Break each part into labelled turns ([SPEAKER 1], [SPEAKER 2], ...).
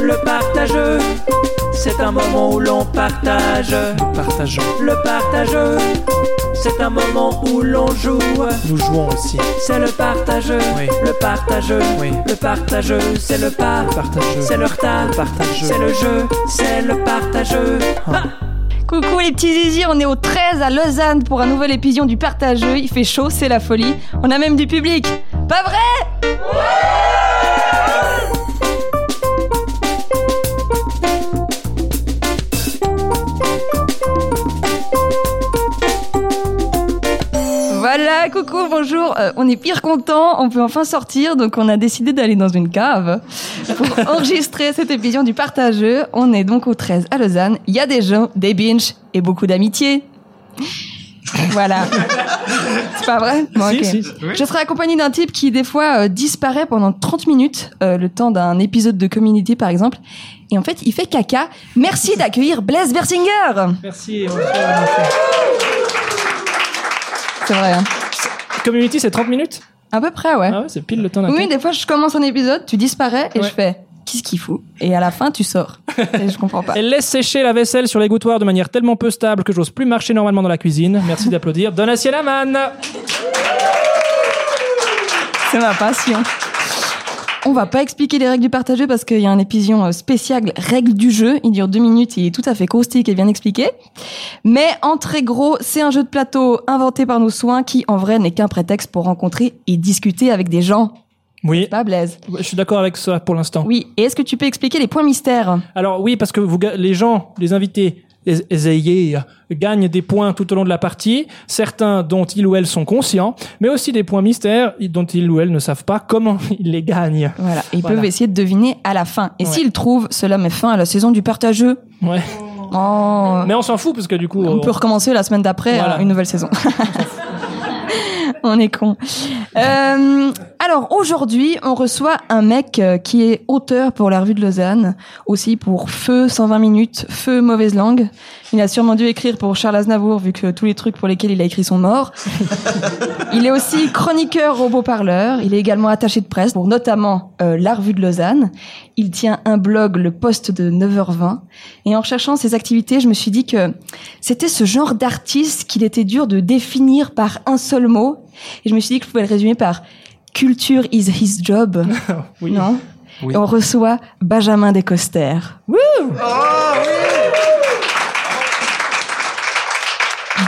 [SPEAKER 1] Le partageux, c'est un moment où l'on partage.
[SPEAKER 2] Partageons,
[SPEAKER 1] Le partageux, c'est un moment où l'on joue.
[SPEAKER 2] nous jouons aussi.
[SPEAKER 1] C'est le partageux,
[SPEAKER 2] Oui.
[SPEAKER 1] le partageux,
[SPEAKER 2] Oui.
[SPEAKER 1] le partageux, c'est le pas.
[SPEAKER 2] Partageux.
[SPEAKER 1] C'est le retard,
[SPEAKER 2] partageux.
[SPEAKER 1] c'est le jeu, c'est le partageux.
[SPEAKER 2] Ah.
[SPEAKER 3] Coucou les petits zizi, on est au 13 à Lausanne pour un nouvel épisode du Partageux. Il fait chaud, c'est la folie. On a même du public. Pas vrai Voilà, coucou, bonjour. Euh, on est pire content, on peut enfin sortir, donc on a décidé d'aller dans une cave pour enregistrer cet épisode du Partageux. On est donc au 13 à Lausanne. Il y a des gens, des binges et beaucoup d'amitié. Voilà. C'est pas vrai Bon, ok.
[SPEAKER 2] Si, si.
[SPEAKER 3] Je serai accompagnée d'un type qui, des fois, euh, disparaît pendant 30 minutes, euh, le temps d'un épisode de Community, par exemple. Et en fait, il fait caca. Merci d'accueillir Blaise Bersinger
[SPEAKER 2] Merci. on le fait, on le fait.
[SPEAKER 3] C'est vrai, hein.
[SPEAKER 2] Community, c'est 30 minutes
[SPEAKER 3] À peu près, ouais.
[SPEAKER 2] Ah ouais, c'est pile le temps d'un
[SPEAKER 3] Oui, des fois, je commence un épisode, tu disparais, et
[SPEAKER 2] Ouais.
[SPEAKER 3] je fais « Qu'est-ce qu'il fout ?» Et à la fin, tu sors. Et je comprends pas.
[SPEAKER 2] Elle laisse sécher la vaisselle sur l'égouttoir de manière tellement peu stable que j'ose plus marcher normalement dans la cuisine. Merci d'applaudir. Donatiella Mann
[SPEAKER 3] C'est ma passion. On va pas expliquer les règles du partageux parce qu'il y a un épisode spécial règles du jeu. Il dure deux minutes, il est tout à fait caustique et bien expliqué. Mais en très gros, c'est un jeu de plateau inventé par nos soins qui, en vrai, n'est qu'un prétexte pour rencontrer et discuter avec des gens.
[SPEAKER 2] Oui,
[SPEAKER 3] Pas Blaise.
[SPEAKER 2] je suis d'accord avec ça pour l'instant.
[SPEAKER 3] Oui. Et est-ce que tu peux expliquer les points mystères
[SPEAKER 2] Alors oui, parce que vous, ga- les gens, les invités, les- les ayés, euh, gagnent des points tout au long de la partie, certains dont ils ou elles sont conscients, mais aussi des points mystères dont ils ou elles ne savent pas comment ils les gagnent.
[SPEAKER 3] Voilà. Et ils
[SPEAKER 2] Voilà.
[SPEAKER 3] peuvent essayer de deviner à la fin. Et
[SPEAKER 2] Ouais.
[SPEAKER 3] s'ils trouvent, cela met fin à la saison du partageux.
[SPEAKER 2] Ouais.
[SPEAKER 3] Oh.
[SPEAKER 2] Mais on s'en fout parce que du coup,
[SPEAKER 3] On
[SPEAKER 2] on-
[SPEAKER 3] peut recommencer la semaine d'après
[SPEAKER 2] Voilà.
[SPEAKER 3] euh, une nouvelle saison. on est con. Euh, alors aujourd'hui, on reçoit un mec euh, qui est auteur pour la revue de Lausanne, aussi pour Feu 120 minutes, Feu mauvaise langue. Il a sûrement dû écrire pour Charles Aznavour vu que tous les trucs pour lesquels il a écrit sont morts. il est aussi chroniqueur robot parleur. Il est également attaché de presse pour notamment euh, la revue de Lausanne. Il tient un blog, le Poste de 9h20. Et en recherchant ses activités, je me suis dit que c'était ce genre d'artiste qu'il était dur de définir par un seul mot. Et je me suis dit que je pouvais le résumer par culture is his job.
[SPEAKER 2] Oui.
[SPEAKER 3] Non
[SPEAKER 2] Oui.
[SPEAKER 3] Et on reçoit Benjamin Descoster. Wouh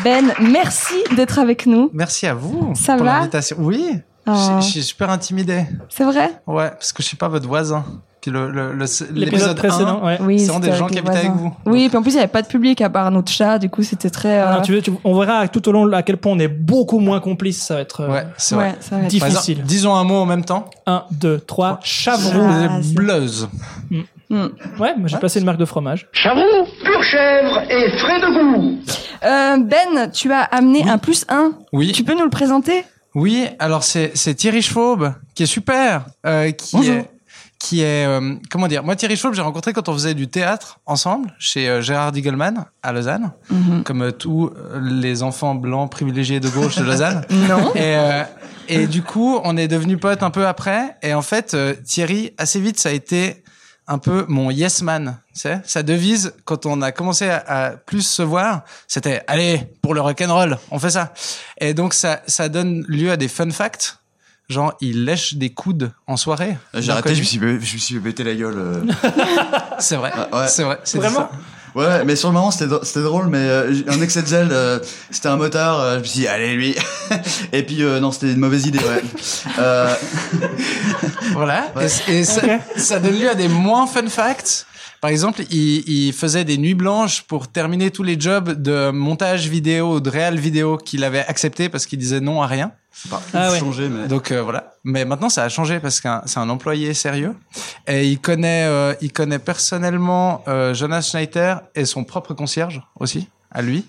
[SPEAKER 3] ben, merci d'être avec nous.
[SPEAKER 4] Merci à vous
[SPEAKER 3] Ça
[SPEAKER 4] pour
[SPEAKER 3] va
[SPEAKER 4] l'invitation. Oui, je-
[SPEAKER 3] Ah.
[SPEAKER 4] je suis super intimidé.
[SPEAKER 3] C'est vrai
[SPEAKER 4] Ouais, parce que je suis pas votre voisin. Puis le, le- le-
[SPEAKER 2] l'épisode
[SPEAKER 4] 1,
[SPEAKER 2] précédent. ouais.
[SPEAKER 3] Oui,
[SPEAKER 4] Ce sont
[SPEAKER 3] c'était
[SPEAKER 4] des gens
[SPEAKER 3] avec
[SPEAKER 4] qui
[SPEAKER 3] les
[SPEAKER 4] habitaient avec
[SPEAKER 3] voisins.
[SPEAKER 4] vous. Ah
[SPEAKER 3] Oui, puis en plus, il n'y avait pas de public à part notre chat, du coup, c'était très. euh,
[SPEAKER 2] Alors, tu veux, tu- on verra tout au long à quel point on est beaucoup moins complice. Ça va être euh,
[SPEAKER 4] ouais, c'est
[SPEAKER 3] ouais,
[SPEAKER 4] vrai.
[SPEAKER 3] ça va être-
[SPEAKER 2] Difficile.
[SPEAKER 4] Par exemple, disons un mot en même temps.
[SPEAKER 2] 1, 2, 3, chavron.
[SPEAKER 3] Ah, c'est-
[SPEAKER 4] Bleuse.
[SPEAKER 3] Hmm.
[SPEAKER 2] Ouais, moi, j'ai
[SPEAKER 4] Ouais.
[SPEAKER 2] placé une marque de fromage.
[SPEAKER 5] Chavron, pure chèvre et frais de goût.
[SPEAKER 3] Euh, ben, tu as amené un plus un.
[SPEAKER 4] Oui.
[SPEAKER 3] Tu peux nous le présenter
[SPEAKER 4] Oui, alors c'est c'est Thierry Schwab qui est super, euh, qui
[SPEAKER 3] Bonjour.
[SPEAKER 4] est qui est euh, comment dire. Moi Thierry Schwab, j'ai rencontré quand on faisait du théâtre ensemble chez euh, Gérard Diegelman à Lausanne, comme euh, tous euh, les enfants blancs privilégiés de gauche de Lausanne.
[SPEAKER 3] Non.
[SPEAKER 4] Et, euh, et du coup, on est devenus potes un peu après. Et en fait, euh, Thierry, assez vite, ça a été un peu mon yes man. Tu sais, sa devise, quand on a commencé à, à plus se voir, c'était allez pour le rock'n'roll, on fait ça. Et donc ça, ça donne lieu à des fun facts. Genre, il lèche des coudes en soirée.
[SPEAKER 6] Ah, J'ai arrêté, je me, suis, fait- je me suis fait péter la gueule. euh.
[SPEAKER 4] C'est vrai.
[SPEAKER 6] Ah, ouais.
[SPEAKER 4] C'est vrai. c'était
[SPEAKER 2] Vraiment
[SPEAKER 4] ça.
[SPEAKER 6] Ouais, ouais, mais sur le moment, c'était dr- c'était drôle, mais euh, j'ai- un excès de gel, euh, c'était un motard, euh, je me suis dit, allez, lui. Et puis, euh, non, c'était une mauvaise idée, ouais. Euh,
[SPEAKER 4] Voilà.
[SPEAKER 6] Ouais.
[SPEAKER 4] Et, et ça, ça donne lieu à des moins fun facts. Par exemple, il, il faisait des nuits blanches pour terminer tous les jobs de montage vidéo, de réal vidéo qu'il avait accepté parce qu'il disait non à rien.
[SPEAKER 6] bah,
[SPEAKER 2] Ah ouais.
[SPEAKER 6] changé, mais.
[SPEAKER 4] Donc euh, voilà. Mais maintenant, ça a changé parce que c'est un employé sérieux et il connaît, euh, il connaît personnellement euh, Jonas Schneider et son propre concierge aussi à lui.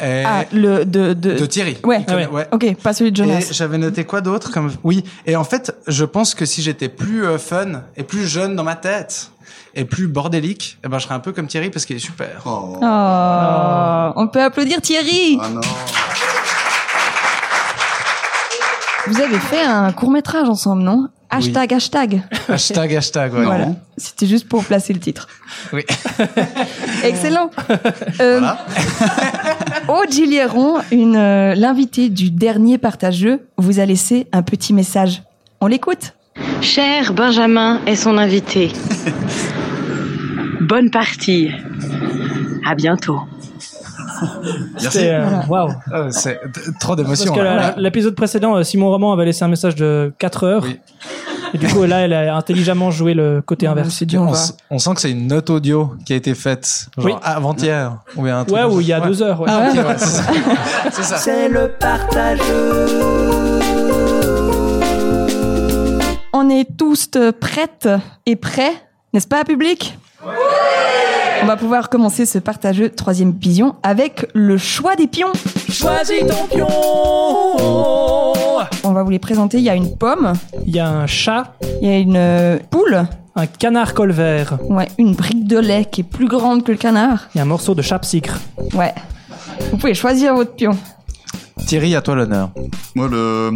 [SPEAKER 4] Et
[SPEAKER 3] Ah, le de de.
[SPEAKER 4] Eh. de Thierry. Eh,
[SPEAKER 3] Ouais.
[SPEAKER 4] Il connaît-
[SPEAKER 2] Ah ouais.
[SPEAKER 4] ouais.
[SPEAKER 3] Ok, pas celui de Jonas.
[SPEAKER 4] Et j'avais noté quoi d'autre comme oui. Et en fait, je pense que si j'étais plus euh, fun et plus jeune dans ma tête et plus bordélique, eh ben je serais un peu comme Thierry parce qu'il est super.
[SPEAKER 6] Oh.
[SPEAKER 3] Oh, on peut applaudir Thierry.
[SPEAKER 6] Ah non.
[SPEAKER 3] Vous avez fait un court métrage ensemble, non Hashtag, hashtag.
[SPEAKER 4] Hashtag, hashtag, ouais.
[SPEAKER 3] Voilà. C'était juste pour placer le titre.
[SPEAKER 4] Oui.
[SPEAKER 3] Excellent. Euh,
[SPEAKER 6] Voilà.
[SPEAKER 3] Aude Gilliéron, une, euh, l'invitée du dernier partageux, vous a laissé un petit message. On l'écoute
[SPEAKER 7] Cher Benjamin est son invité. Bonne partie. À bientôt.
[SPEAKER 6] Merci.
[SPEAKER 2] C'est, euh, waouh.
[SPEAKER 4] Ah, C'est t- trop
[SPEAKER 2] Parce
[SPEAKER 4] hein. d'émotion.
[SPEAKER 2] que
[SPEAKER 4] là.
[SPEAKER 2] la- l'épisode précédent, euh, Simon Roman avait laissé un message de 4 heures.
[SPEAKER 4] Oui.
[SPEAKER 2] Et du coup, là, elle a intelligemment joué le côté inverse.
[SPEAKER 3] C'est dur, on
[SPEAKER 4] On,
[SPEAKER 3] va.
[SPEAKER 4] s- on sent que c'est une note audio qui a été faite genre
[SPEAKER 2] Oui.
[SPEAKER 4] avant-hier. Ou bien un truc
[SPEAKER 2] Ouais,
[SPEAKER 4] comme
[SPEAKER 2] ou
[SPEAKER 4] ça.
[SPEAKER 2] il y a
[SPEAKER 4] Ouais.
[SPEAKER 2] deux heures. ouais.
[SPEAKER 4] Ah, ok, ouais, c'est ça. C'est ça.
[SPEAKER 1] C'est le partage.
[SPEAKER 3] On est tous euh, prêtes et prêts, n'est-ce pas, public On va pouvoir commencer ce partageux troisième pigeon avec le choix des pions.
[SPEAKER 1] Choisis ton pion.
[SPEAKER 3] On va vous les présenter. Il y a une pomme,
[SPEAKER 2] Il y a un chat,
[SPEAKER 3] il y a une euh, poule,
[SPEAKER 2] un canard colvert,
[SPEAKER 3] ouais, une brique de lait qui est plus grande que le canard.
[SPEAKER 2] et un morceau de chapsicre.
[SPEAKER 3] Ouais. Vous pouvez choisir votre pion.
[SPEAKER 4] Thierry, à toi l'honneur.
[SPEAKER 6] Moi, le,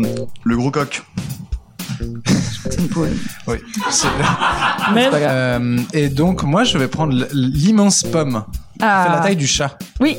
[SPEAKER 6] le gros coq.
[SPEAKER 4] Oui. C'est-
[SPEAKER 2] Mais
[SPEAKER 4] Euh, et donc, moi, je vais prendre l- l'immense pomme.
[SPEAKER 3] Ah.
[SPEAKER 4] Fait la taille du chat.
[SPEAKER 3] Oui,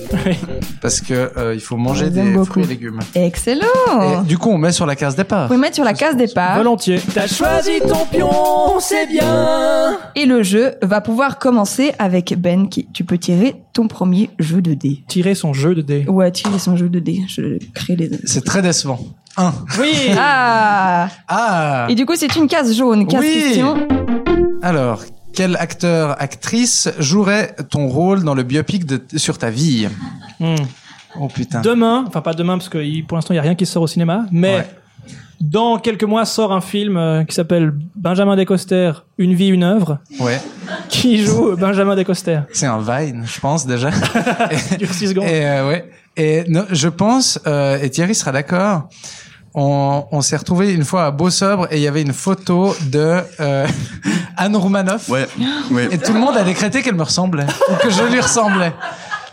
[SPEAKER 4] Parce que euh, il faut manger
[SPEAKER 3] les
[SPEAKER 4] des
[SPEAKER 3] aime beaucoup.
[SPEAKER 4] fruits et légumes.
[SPEAKER 3] excellent.
[SPEAKER 4] Et Ah, du coup, on met sur la case départ.
[SPEAKER 3] Vous pouvez mettre sur la case départ
[SPEAKER 2] volontiers.
[SPEAKER 1] T'as choisi ton pion, c'est bien.
[SPEAKER 3] et le jeu va pouvoir commencer avec Ben qui tu peux tirer ton premier jeu de dés.
[SPEAKER 2] Tirer son jeu de dés.
[SPEAKER 3] Ouais, tirer son jeu de dés. Je crée les.
[SPEAKER 4] C'est très décevant. Un.
[SPEAKER 2] Oui
[SPEAKER 3] Ah
[SPEAKER 4] Ah
[SPEAKER 3] Et du coup, c'est une case jaune, 15
[SPEAKER 4] Oui.
[SPEAKER 3] questions.
[SPEAKER 4] Alors, quel acteur, actrice jouerait ton rôle dans le biopic de- sur ta vie
[SPEAKER 2] Hmm.
[SPEAKER 4] Oh putain.
[SPEAKER 2] Demain, enfin pas demain parce que il- pour l'instant il n'y a rien qui sort au cinéma, mais
[SPEAKER 4] Ouais.
[SPEAKER 2] dans quelques mois sort un film euh, qui s'appelle Benjamin Descoster, Une vie, une œuvre,
[SPEAKER 4] Ouais.
[SPEAKER 2] qui joue Benjamin Descoster.
[SPEAKER 4] C'est un Vine, je pense déjà.
[SPEAKER 2] Dure six secondes.
[SPEAKER 4] Et euh, ouais. Et non, je pense, euh, et Thierry sera d'accord. On, on s'est retrouvé une fois à Beau Sobre et il y avait une photo de euh, Anne Roumanoff.
[SPEAKER 6] Ouais, ouais.
[SPEAKER 4] Et tout le monde a décrété qu'elle me ressemblait ou que je lui ressemblais.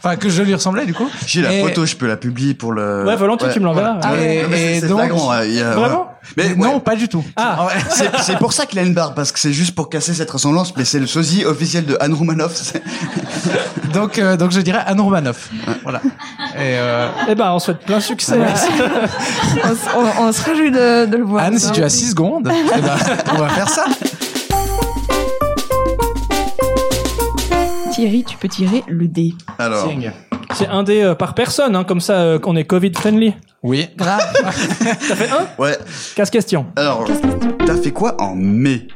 [SPEAKER 4] Enfin, que je lui ressemblais du coup.
[SPEAKER 6] J'ai la
[SPEAKER 4] Et-
[SPEAKER 6] photo, je peux la publier pour le.
[SPEAKER 2] Ouais, volontiers, tu me l'enverras.
[SPEAKER 4] Et-
[SPEAKER 6] Ah, ouais, non, mais c'est-
[SPEAKER 4] et
[SPEAKER 6] c'est
[SPEAKER 4] donc-
[SPEAKER 6] flagrant, ouais, il y a-
[SPEAKER 2] Vraiment
[SPEAKER 6] Ah, ouais. Mais
[SPEAKER 4] non,
[SPEAKER 6] non,
[SPEAKER 4] pas du tout.
[SPEAKER 2] Ah.
[SPEAKER 4] ouais.
[SPEAKER 6] c'est c'est pour ça qu'il a une barbe, parce que c'est juste pour casser cette ressemblance, mais c'est le sosie officiel de Anne Roumanoff. c'est-
[SPEAKER 4] Donc, euh, donc je dirais Anne Roumanoff. Voilà. Et euh,
[SPEAKER 2] Eh ben on souhaite plein succès.
[SPEAKER 3] On, s- on- on se réjouit de, de le voir.
[SPEAKER 4] Anne, si tu as 6 secondes, eh ben, on va faire ça.
[SPEAKER 3] Thierry, tu peux tirer le dé.
[SPEAKER 6] Alors,
[SPEAKER 2] C'est un dé euh, par personne, hein, comme ça euh, qu'on est Covid friendly.
[SPEAKER 4] Oui.
[SPEAKER 6] ouais.
[SPEAKER 2] Casse question.
[SPEAKER 6] Alors, t'as fait quoi en mai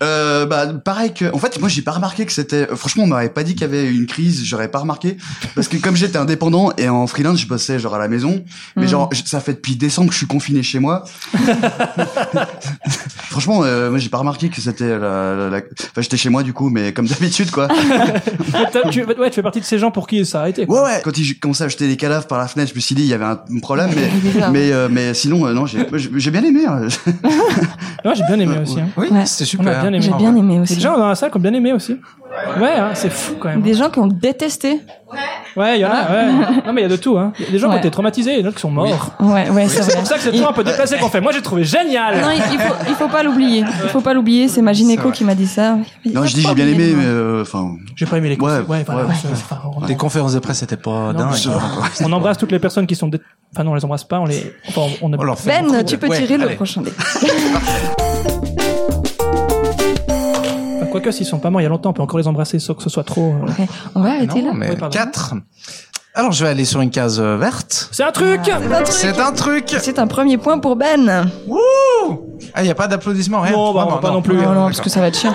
[SPEAKER 6] Euh, bah pareil que en fait moi j'ai pas remarqué que c'était franchement on m'avait pas dit qu'il y avait une crise j'aurais pas remarqué parce que comme j'étais indépendant et en freelance je bossais genre à la maison mais genre j- ça fait depuis décembre que je suis confiné chez moi franchement euh, moi j'ai pas remarqué que c'était la, la- la- enfin j'étais chez moi du coup mais comme d'habitude quoi
[SPEAKER 2] Ouais, t'as- tu, ouais, tu fais partie de ces gens pour qui ça a été. quoi.
[SPEAKER 6] ouais ouais quand ils commençaient à jeter des cadavres par la fenêtre je me suis dit il y avait un problème mais
[SPEAKER 3] Bizarre.
[SPEAKER 6] mais euh, mais sinon euh, non j'ai j'ai bien aimé hein.
[SPEAKER 2] Ouais, j'ai bien aimé aussi. hein.
[SPEAKER 4] Oui,
[SPEAKER 3] Ouais.
[SPEAKER 4] c'était
[SPEAKER 2] On
[SPEAKER 4] super.
[SPEAKER 2] a bien aimé.
[SPEAKER 3] J'ai bien aimé
[SPEAKER 2] Il y a
[SPEAKER 3] aussi.
[SPEAKER 2] des gens dans la salle qui ont bien aimé aussi. Ouais, hein, c'est fou quand même.
[SPEAKER 3] Des gens qui ont détesté.
[SPEAKER 2] Ouais, il y en a, ouais. Non, mais il y a de tout, hein. Il y a des gens qui ont
[SPEAKER 3] Ouais.
[SPEAKER 2] été traumatisés, et d'autres qui sont morts.
[SPEAKER 3] Ouais, ouais, c'est
[SPEAKER 2] C'est
[SPEAKER 3] vrai.
[SPEAKER 2] pour ça que c'est toujours un peu déplacé qu'on fait. Moi, j'ai trouvé génial.
[SPEAKER 3] Non, il, il faut, il faut pas l'oublier. Il faut pas l'oublier. C'est ma gynéco
[SPEAKER 4] vrai.
[SPEAKER 3] qui m'a dit ça. Il
[SPEAKER 6] Non,
[SPEAKER 3] faut
[SPEAKER 6] je dis
[SPEAKER 3] pas
[SPEAKER 6] j'ai bien
[SPEAKER 3] oublier le
[SPEAKER 6] aimé,
[SPEAKER 3] nom.
[SPEAKER 6] mais euh, enfin.
[SPEAKER 2] J'ai pas aimé les
[SPEAKER 6] Ouais,
[SPEAKER 2] conseils. Ouais,
[SPEAKER 6] ouais,
[SPEAKER 2] voilà.
[SPEAKER 6] ouais.
[SPEAKER 2] c'est- enfin, on-
[SPEAKER 4] Les conférences de presse, c'était pas hein.
[SPEAKER 2] Non,
[SPEAKER 4] dingue.
[SPEAKER 2] mais- On embrasse toutes les personnes qui sont. dé- Enfin, non, on les embrasse pas, on les. Enfin, on
[SPEAKER 4] On leur fait
[SPEAKER 3] Ben,
[SPEAKER 4] beaucoup.
[SPEAKER 3] tu peux
[SPEAKER 4] Ouais,
[SPEAKER 3] tirer le
[SPEAKER 4] allez. Ah
[SPEAKER 3] prochain dé.
[SPEAKER 2] Enfin, Quoique, s'ils sont pas morts il y a longtemps, on peut encore les embrasser sans que ce soit trop. euh.
[SPEAKER 3] Ok, On va arrêter là.
[SPEAKER 4] Non, mais
[SPEAKER 2] Oui, pardon.
[SPEAKER 4] 4. Alors, je vais aller sur une case euh, verte.
[SPEAKER 2] C'est un truc
[SPEAKER 4] C'est un truc
[SPEAKER 3] C'est un premier point pour Ben.
[SPEAKER 4] Ah, il n'y a pas d'applaudissements, rien
[SPEAKER 2] Non, bah,
[SPEAKER 4] Vraiment,
[SPEAKER 2] on va pas non plus.
[SPEAKER 3] Oh non, parce
[SPEAKER 4] d'accord.
[SPEAKER 3] que ça va être chiant.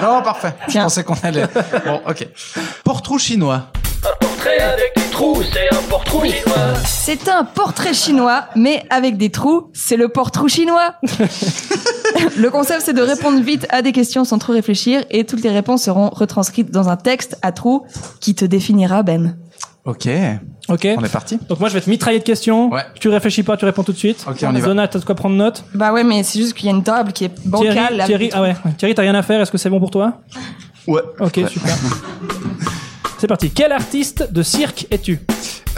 [SPEAKER 4] Non, Oh, parfait.
[SPEAKER 3] Tiens.
[SPEAKER 4] Je pensais qu'on allait... Bon, ok. Pour trou chinois.
[SPEAKER 3] C'est un portrait chinois, mais avec des trous, c'est le portrait chinois. le concept, c'est de répondre vite à des questions sans trop réfléchir, et toutes les réponses seront retranscrites dans un texte à trous qui te définira, Ben.
[SPEAKER 4] Ok,
[SPEAKER 2] Ok.
[SPEAKER 4] on est parti.
[SPEAKER 2] Donc, moi, je vais te mitrailler de questions.
[SPEAKER 4] Ouais.
[SPEAKER 2] Tu réfléchis pas, tu réponds tout de suite.
[SPEAKER 4] Ok, on y va.
[SPEAKER 2] Zona, t'as de quoi prendre note.
[SPEAKER 3] Bah ouais, mais c'est juste qu'il y a une table qui est bancale.
[SPEAKER 2] Thierry,
[SPEAKER 3] avec
[SPEAKER 2] Thierry,
[SPEAKER 3] des trous.
[SPEAKER 2] ah ouais. Thierry, t'as rien à faire, est-ce que c'est bon pour toi
[SPEAKER 6] Ouais.
[SPEAKER 2] Ok,
[SPEAKER 6] Ouais.
[SPEAKER 2] super. C'est parti. Quel artiste de cirque es-tu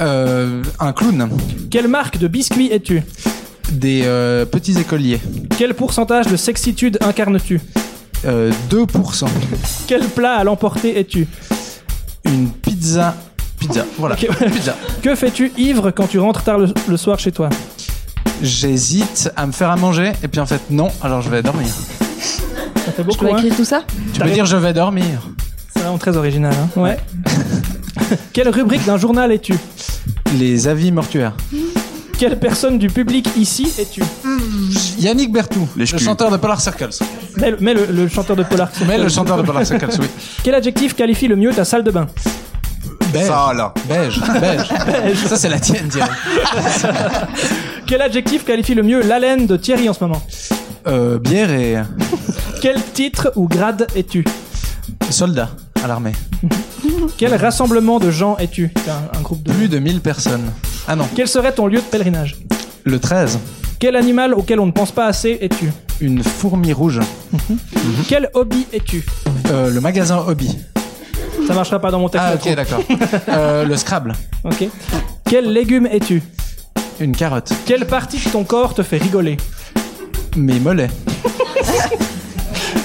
[SPEAKER 4] Euh, un clown.
[SPEAKER 2] Quelle marque de biscuits es-tu
[SPEAKER 4] des euh, petits écoliers.
[SPEAKER 2] Quel pourcentage de sexitude incarnes-tu
[SPEAKER 4] Euh, 2%.
[SPEAKER 2] Quel plat à l'emporter es-tu
[SPEAKER 4] Une pizza. Pizza, voilà.
[SPEAKER 2] Ok.
[SPEAKER 4] Pizza.
[SPEAKER 2] Que fais-tu ivre quand tu rentres tard le, le soir chez toi
[SPEAKER 4] J'hésite à me faire à manger et puis en fait non, alors je vais dormir.
[SPEAKER 2] Ça fait
[SPEAKER 3] Je
[SPEAKER 2] beaucoup,
[SPEAKER 3] peux
[SPEAKER 2] hein
[SPEAKER 3] écrire tout ça
[SPEAKER 4] Tu peux
[SPEAKER 2] T'as
[SPEAKER 4] dire je vais dormir.
[SPEAKER 2] C'est vraiment très original, hein Ouais. Quelle rubrique d'un journal es-tu
[SPEAKER 4] Les avis mortuaires.
[SPEAKER 2] Quelle personne du public ici es-tu
[SPEAKER 4] Yannick Bertou,
[SPEAKER 6] Les
[SPEAKER 4] le
[SPEAKER 6] ch'tus.
[SPEAKER 4] chanteur de Polar Circles.
[SPEAKER 2] Mets, le, mets le- le chanteur de Polar.
[SPEAKER 4] Mais le chanteur de Polar Circles, oui.
[SPEAKER 2] Quel adjectif qualifie le mieux ta salle de bain
[SPEAKER 4] Beige.
[SPEAKER 6] Ça, là.
[SPEAKER 4] Beige. Beige. Ça, c'est la tienne, Thierry.
[SPEAKER 2] Quel adjectif qualifie le mieux l'haleine de Thierry en ce moment
[SPEAKER 4] Euh, bière et
[SPEAKER 2] Quel titre ou grade es-tu
[SPEAKER 4] soldat à l'armée.
[SPEAKER 2] Quel rassemblement de gens es-tu C'est un, un groupe de...
[SPEAKER 4] Plus de 1000 personnes. Ah non,
[SPEAKER 2] Quel serait ton lieu de pèlerinage
[SPEAKER 4] le 13.
[SPEAKER 2] Quel animal auquel on ne pense pas assez es-tu
[SPEAKER 4] Une fourmi rouge.
[SPEAKER 2] Quel hobby es-tu
[SPEAKER 4] Euh, le magasin Hobby.
[SPEAKER 2] Ça marchera pas dans mon texte.
[SPEAKER 4] Ah
[SPEAKER 2] je
[SPEAKER 4] ok,
[SPEAKER 2] trouve.
[SPEAKER 4] d'accord. Euh, le Scrabble.
[SPEAKER 2] Ok. Quel légume es-tu
[SPEAKER 4] Une carotte.
[SPEAKER 2] Quelle partie de ton corps te fait rigoler
[SPEAKER 4] Mes mollets.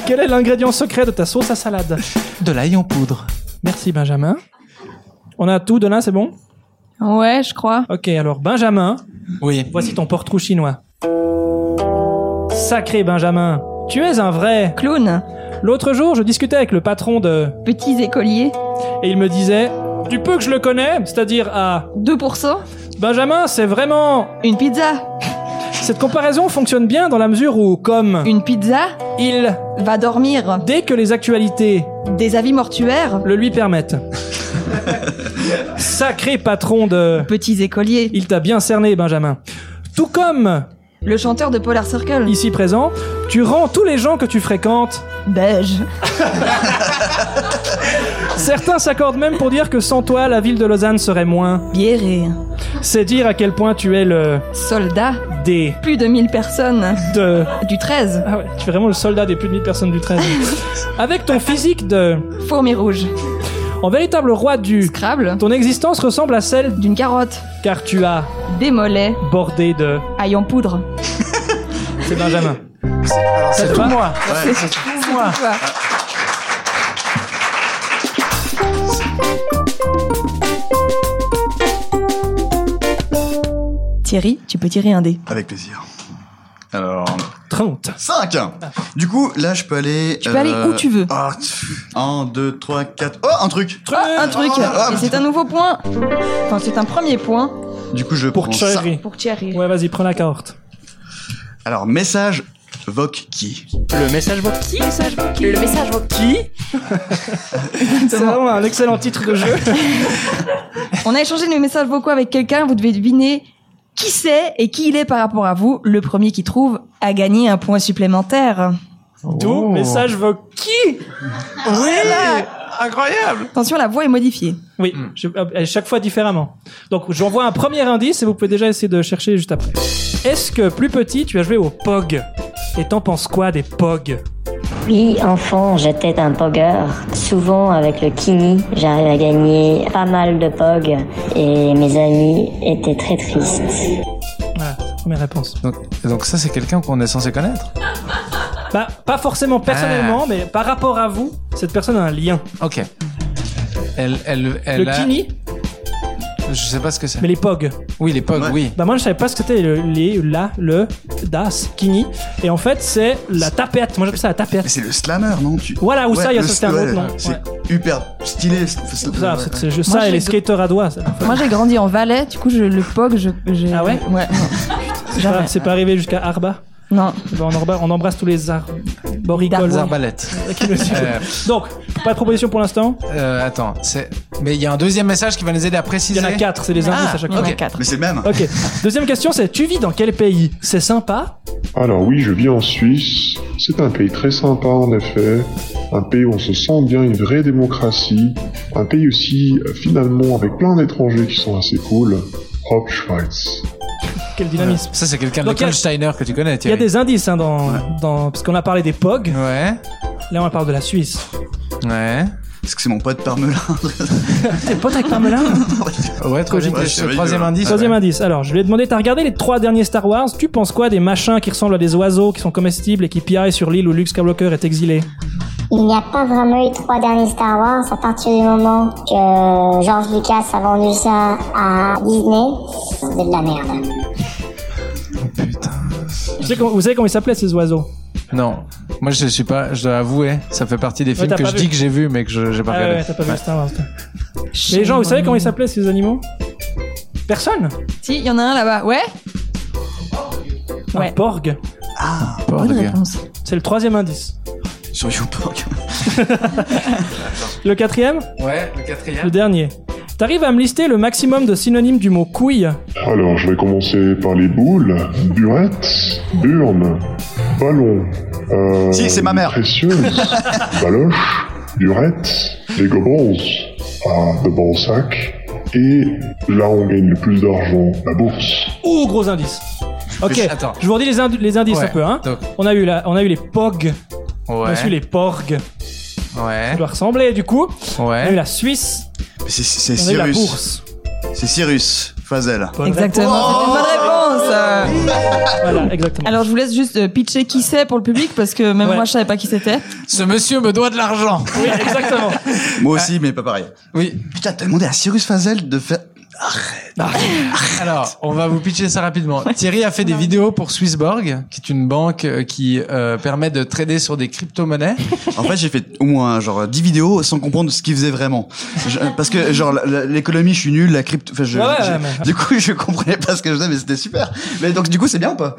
[SPEAKER 2] Quel est l'ingrédient secret de ta sauce à salade
[SPEAKER 4] De l'ail en poudre.
[SPEAKER 2] Merci Benjamin. On a tout de là, c'est bon
[SPEAKER 3] Ouais, je crois.
[SPEAKER 2] Ok, alors Benjamin,
[SPEAKER 4] Oui.
[SPEAKER 2] voici ton porte-trou chinois. Sacré Benjamin, tu es un vrai.
[SPEAKER 3] Clown,
[SPEAKER 2] L'autre jour, je discutais avec le patron de...
[SPEAKER 3] petits écoliers,
[SPEAKER 2] Et il me disait, du peu que je le connais, c'est-à-dire à
[SPEAKER 3] 2%,
[SPEAKER 2] Benjamin, c'est vraiment...
[SPEAKER 3] une pizza.
[SPEAKER 2] Cette comparaison fonctionne bien dans la mesure où, comme
[SPEAKER 3] Une pizza
[SPEAKER 2] il,
[SPEAKER 3] va dormir.
[SPEAKER 2] dès que les actualités
[SPEAKER 3] Des avis mortuaires,
[SPEAKER 2] le lui permettent. Sacré patron de...
[SPEAKER 3] petits écoliers.
[SPEAKER 2] Il t'a bien cerné, Benjamin. Tout comme,
[SPEAKER 3] Le chanteur de Polar Circle,
[SPEAKER 2] ici présent, tu rends tous les gens que tu fréquentes.
[SPEAKER 3] beige.
[SPEAKER 2] Certains s'accordent même pour dire que sans toi, la ville de Lausanne serait moins.
[SPEAKER 3] Bière et
[SPEAKER 2] C'est dire à quel point tu es le...
[SPEAKER 3] soldats,
[SPEAKER 2] des...
[SPEAKER 3] plus de 1000 personnes,
[SPEAKER 2] de...
[SPEAKER 3] du 13,
[SPEAKER 2] Ah ouais, tu es vraiment le soldat des plus de 1000 personnes du 13. Avec ton physique de...
[SPEAKER 3] fourmi rouge,
[SPEAKER 2] En véritable roi du...
[SPEAKER 3] Scrabble,
[SPEAKER 2] Ton existence ressemble à celle
[SPEAKER 3] d'une carotte,
[SPEAKER 2] car tu as
[SPEAKER 3] des mollets,
[SPEAKER 2] bordé de...
[SPEAKER 3] ail en poudre.
[SPEAKER 2] C'est Benjamin.
[SPEAKER 4] Alors,
[SPEAKER 2] Ça
[SPEAKER 4] c'est
[SPEAKER 2] te
[SPEAKER 4] tout
[SPEAKER 2] va
[SPEAKER 4] moi.
[SPEAKER 6] Ouais.
[SPEAKER 4] Tout moi.
[SPEAKER 3] Thierry, tu peux tirer un dé.
[SPEAKER 6] Avec plaisir. Alors,
[SPEAKER 2] 30.
[SPEAKER 6] 5 Du coup, là, je peux aller.
[SPEAKER 3] Ah.
[SPEAKER 6] euh, ah,
[SPEAKER 3] Tu peux aller où tu veux.
[SPEAKER 6] 1, 2, 3, 4. Oh, un truc
[SPEAKER 3] Ah, un truc
[SPEAKER 6] Ah,
[SPEAKER 3] Et c'est un nouveau point Enfin, c'est un premier point
[SPEAKER 6] Du coup, je
[SPEAKER 2] Pour
[SPEAKER 6] prends ça.
[SPEAKER 2] Thierry.
[SPEAKER 3] pour Thierry.
[SPEAKER 2] Ouais, vas-y, prends la carte.
[SPEAKER 6] Alors, message Voc qui
[SPEAKER 8] Le message vocal.
[SPEAKER 9] Le message vocal.
[SPEAKER 2] C'est vraiment un excellent titre de jeu.
[SPEAKER 3] On a échangé nos messages vocaux avec quelqu'un, vous devez deviner qui c'est et qui il est par rapport à vous. Le premier qui trouve a gagné un point supplémentaire.
[SPEAKER 2] Tout
[SPEAKER 4] Oh.
[SPEAKER 2] message vocal.
[SPEAKER 4] Incroyable.
[SPEAKER 3] Attention, la voix est modifiée.
[SPEAKER 2] Oui,
[SPEAKER 4] Hmm.
[SPEAKER 2] je- à chaque fois différemment. Donc j'envoie un premier indice et vous pouvez déjà essayer de chercher juste après. Est-ce que plus petit, tu as joué au POG Et t'en penses quoi des POG
[SPEAKER 10] Oui, enfant, j'étais un pogueur. Souvent, avec le kini, j'arrivais à gagner pas mal de pogs et mes amis étaient très tristes.
[SPEAKER 2] Voilà, première réponse.
[SPEAKER 4] Donc, donc ça, c'est quelqu'un qu'on est censé connaître.
[SPEAKER 2] Bah, pas forcément personnellement,
[SPEAKER 4] Ah.
[SPEAKER 2] mais par rapport à vous, cette personne a un lien.
[SPEAKER 4] Ok. Elle, elle, elle
[SPEAKER 2] le
[SPEAKER 4] a-
[SPEAKER 2] Kini,
[SPEAKER 4] Je sais pas ce que c'est.
[SPEAKER 2] mais les POG.
[SPEAKER 4] Oui, les pogs,
[SPEAKER 6] Ouais.
[SPEAKER 4] oui.
[SPEAKER 2] Bah moi je savais pas ce que c'était le, les, la, le, das, Kini. Et en fait c'est la tapette. Moi j'appelle ça la
[SPEAKER 6] Mais
[SPEAKER 2] tapette.
[SPEAKER 6] c'est le slammer, non tu...
[SPEAKER 2] Voilà, ou ça, il y a
[SPEAKER 6] le
[SPEAKER 2] ça, c'était un
[SPEAKER 6] sl-
[SPEAKER 2] autre nom.
[SPEAKER 6] C'est
[SPEAKER 2] Ouais.
[SPEAKER 6] hyper stylé. ce- ce- ce-
[SPEAKER 2] Ça,
[SPEAKER 6] ouais,
[SPEAKER 2] c'est-
[SPEAKER 6] ouais.
[SPEAKER 2] c'est- je- ça,
[SPEAKER 3] Moi,
[SPEAKER 2] et
[SPEAKER 3] j'ai
[SPEAKER 2] les
[SPEAKER 3] deux-
[SPEAKER 2] skateurs à doigts. ça.
[SPEAKER 3] Moi, j'ai grandi en Valais, du coup, je, le POG, je... je-
[SPEAKER 2] Ah ouais
[SPEAKER 3] Ouais.
[SPEAKER 2] Ah, c'est pas arrivé jusqu'à Arba.
[SPEAKER 3] Non.
[SPEAKER 2] Bah, on, embrasse, on embrasse tous les arboricoles.
[SPEAKER 3] D'arbres.
[SPEAKER 4] Les arbalètes. Euh,
[SPEAKER 2] Donc, pas de proposition pour l'instant.
[SPEAKER 4] euh, attends, c'est. Mais il y a un deuxième message qui va nous aider à
[SPEAKER 2] Il
[SPEAKER 4] préciser.
[SPEAKER 2] y en a quatre, c'est les indices
[SPEAKER 4] Ah,
[SPEAKER 2] à chaque
[SPEAKER 3] Il y en
[SPEAKER 2] fois.
[SPEAKER 3] a quatre.
[SPEAKER 6] Mais c'est le même.
[SPEAKER 2] Ok. Deuxième question, c'est tu vis dans quel pays C'est sympa
[SPEAKER 11] Alors oui, je vis en Suisse. C'est un pays très sympa en effet. Un pays où on se sent bien, une vraie démocratie. Un pays aussi, euh, finalement, avec plein d'étrangers qui sont assez cool. Hop, Schweiz.
[SPEAKER 2] Quel dynamisme.
[SPEAKER 4] Ça, c'est quelqu'un de
[SPEAKER 2] Donc, il y a-
[SPEAKER 4] Steiner que tu connais,
[SPEAKER 2] Il y a
[SPEAKER 4] Thierry.
[SPEAKER 2] des indices hein, dans, dans parce qu'on a parlé des POG.
[SPEAKER 4] Ouais.
[SPEAKER 2] Là, on parle de la Suisse.
[SPEAKER 4] Ouais.
[SPEAKER 6] Parce que c'est mon pote Parmelin.
[SPEAKER 2] Oh. T'es pote avec Parmelin
[SPEAKER 4] Ouais, trop vite,
[SPEAKER 6] Ouais,
[SPEAKER 4] ce
[SPEAKER 6] c'est vrai,
[SPEAKER 4] troisième
[SPEAKER 6] je-
[SPEAKER 4] indice.
[SPEAKER 2] Troisième indice. Alors, je lui ai demandé, t'as regardé les trois derniers Star Wars Tu penses quoi des machins qui ressemblent à des oiseaux, qui sont comestibles et qui piaillent sur l'île où Luke Skywalker est exilé
[SPEAKER 10] Il n'y a pas vraiment eu trois derniers Star Wars à partir du moment que George Lucas a vendu ça à Disney. C'est de la merde.
[SPEAKER 2] Vous savez comment, vous savez comment ils s'appelaient ces oiseaux
[SPEAKER 4] Non. Moi, je suis pas, je dois avouer, ça fait partie des films
[SPEAKER 2] t'as
[SPEAKER 4] que
[SPEAKER 2] pas
[SPEAKER 4] je
[SPEAKER 2] vu.
[SPEAKER 4] dis que j'ai vu, mais que je, j'ai pas
[SPEAKER 2] Ah
[SPEAKER 4] regardé.
[SPEAKER 2] ouais, t'as pas vu Star Wars. toi. Mais les gens, vous savez comment ils s'appelaient ces animaux Personne
[SPEAKER 3] Si, il y en a un là-bas. Ouais Ouais.
[SPEAKER 2] Un Borg.
[SPEAKER 4] Porg.
[SPEAKER 3] Bonne réponse.
[SPEAKER 2] C'est le troisième indice.
[SPEAKER 6] Sur YouPorg.
[SPEAKER 2] Le quatrième
[SPEAKER 4] Ouais, le
[SPEAKER 2] Le
[SPEAKER 4] quatrième.
[SPEAKER 2] dernier. T'arrives à me lister le maximum de synonymes du mot couille
[SPEAKER 11] Alors, je vais commencer par les boules, burettes, burnes, ballons, euh,
[SPEAKER 6] Si, c'est ma mère.
[SPEAKER 11] précieuses, baloches, burettes, les gobons, ah, de bon sac, et là on gagne le plus d'argent, la bourse.
[SPEAKER 2] Oh, gros indice. Ok,
[SPEAKER 4] Attends.
[SPEAKER 2] je vous redis les, indi- les indices
[SPEAKER 4] Ouais,
[SPEAKER 2] un peu. Hein.
[SPEAKER 4] donc-
[SPEAKER 2] On, a eu la, on a eu les POG, on a
[SPEAKER 4] Ouais.
[SPEAKER 2] eu les PORG,
[SPEAKER 4] Ouais.
[SPEAKER 2] ça doit ressembler du coup. On a eu
[SPEAKER 4] Ouais.
[SPEAKER 2] la Suisse,
[SPEAKER 6] Mais c'est- C'est
[SPEAKER 2] on a eu la
[SPEAKER 6] Cyrus.
[SPEAKER 2] bourse.
[SPEAKER 6] C'est Cyrus. Fazel.
[SPEAKER 2] Bonne
[SPEAKER 3] Exactement.
[SPEAKER 6] Oh
[SPEAKER 3] c'est une bonne réponse. euh.
[SPEAKER 2] réponse. Voilà, exactement.
[SPEAKER 3] Alors, je vous laisse juste euh, pitcher qui c'est pour le public parce que même
[SPEAKER 2] Ouais.
[SPEAKER 3] moi, je savais pas qui c'était.
[SPEAKER 4] Ce monsieur me doit de l'argent.
[SPEAKER 2] oui, exactement.
[SPEAKER 6] Moi aussi, mais pas pareil.
[SPEAKER 4] Oui.
[SPEAKER 6] Putain, t'as demandé à Cyrus Fazel de faire.
[SPEAKER 4] Alors, on va vous pitcher ça rapidement. Thierry a fait des vidéos pour Swissborg, qui est une banque euh, qui euh, permet de trader sur des crypto-monnaies.
[SPEAKER 6] En fait, j'ai fait au moins genre 10 vidéos sans comprendre ce qu'il faisait vraiment. Je- parce que genre la- la- l'économie, je suis nul, la crypto. Enfin, je,
[SPEAKER 2] Ouais, ouais,
[SPEAKER 6] je-
[SPEAKER 2] ouais, mais-
[SPEAKER 6] Du coup, je comprenais pas ce que je faisais, mais c'était super. Mais donc, du coup, c'est bien ou pas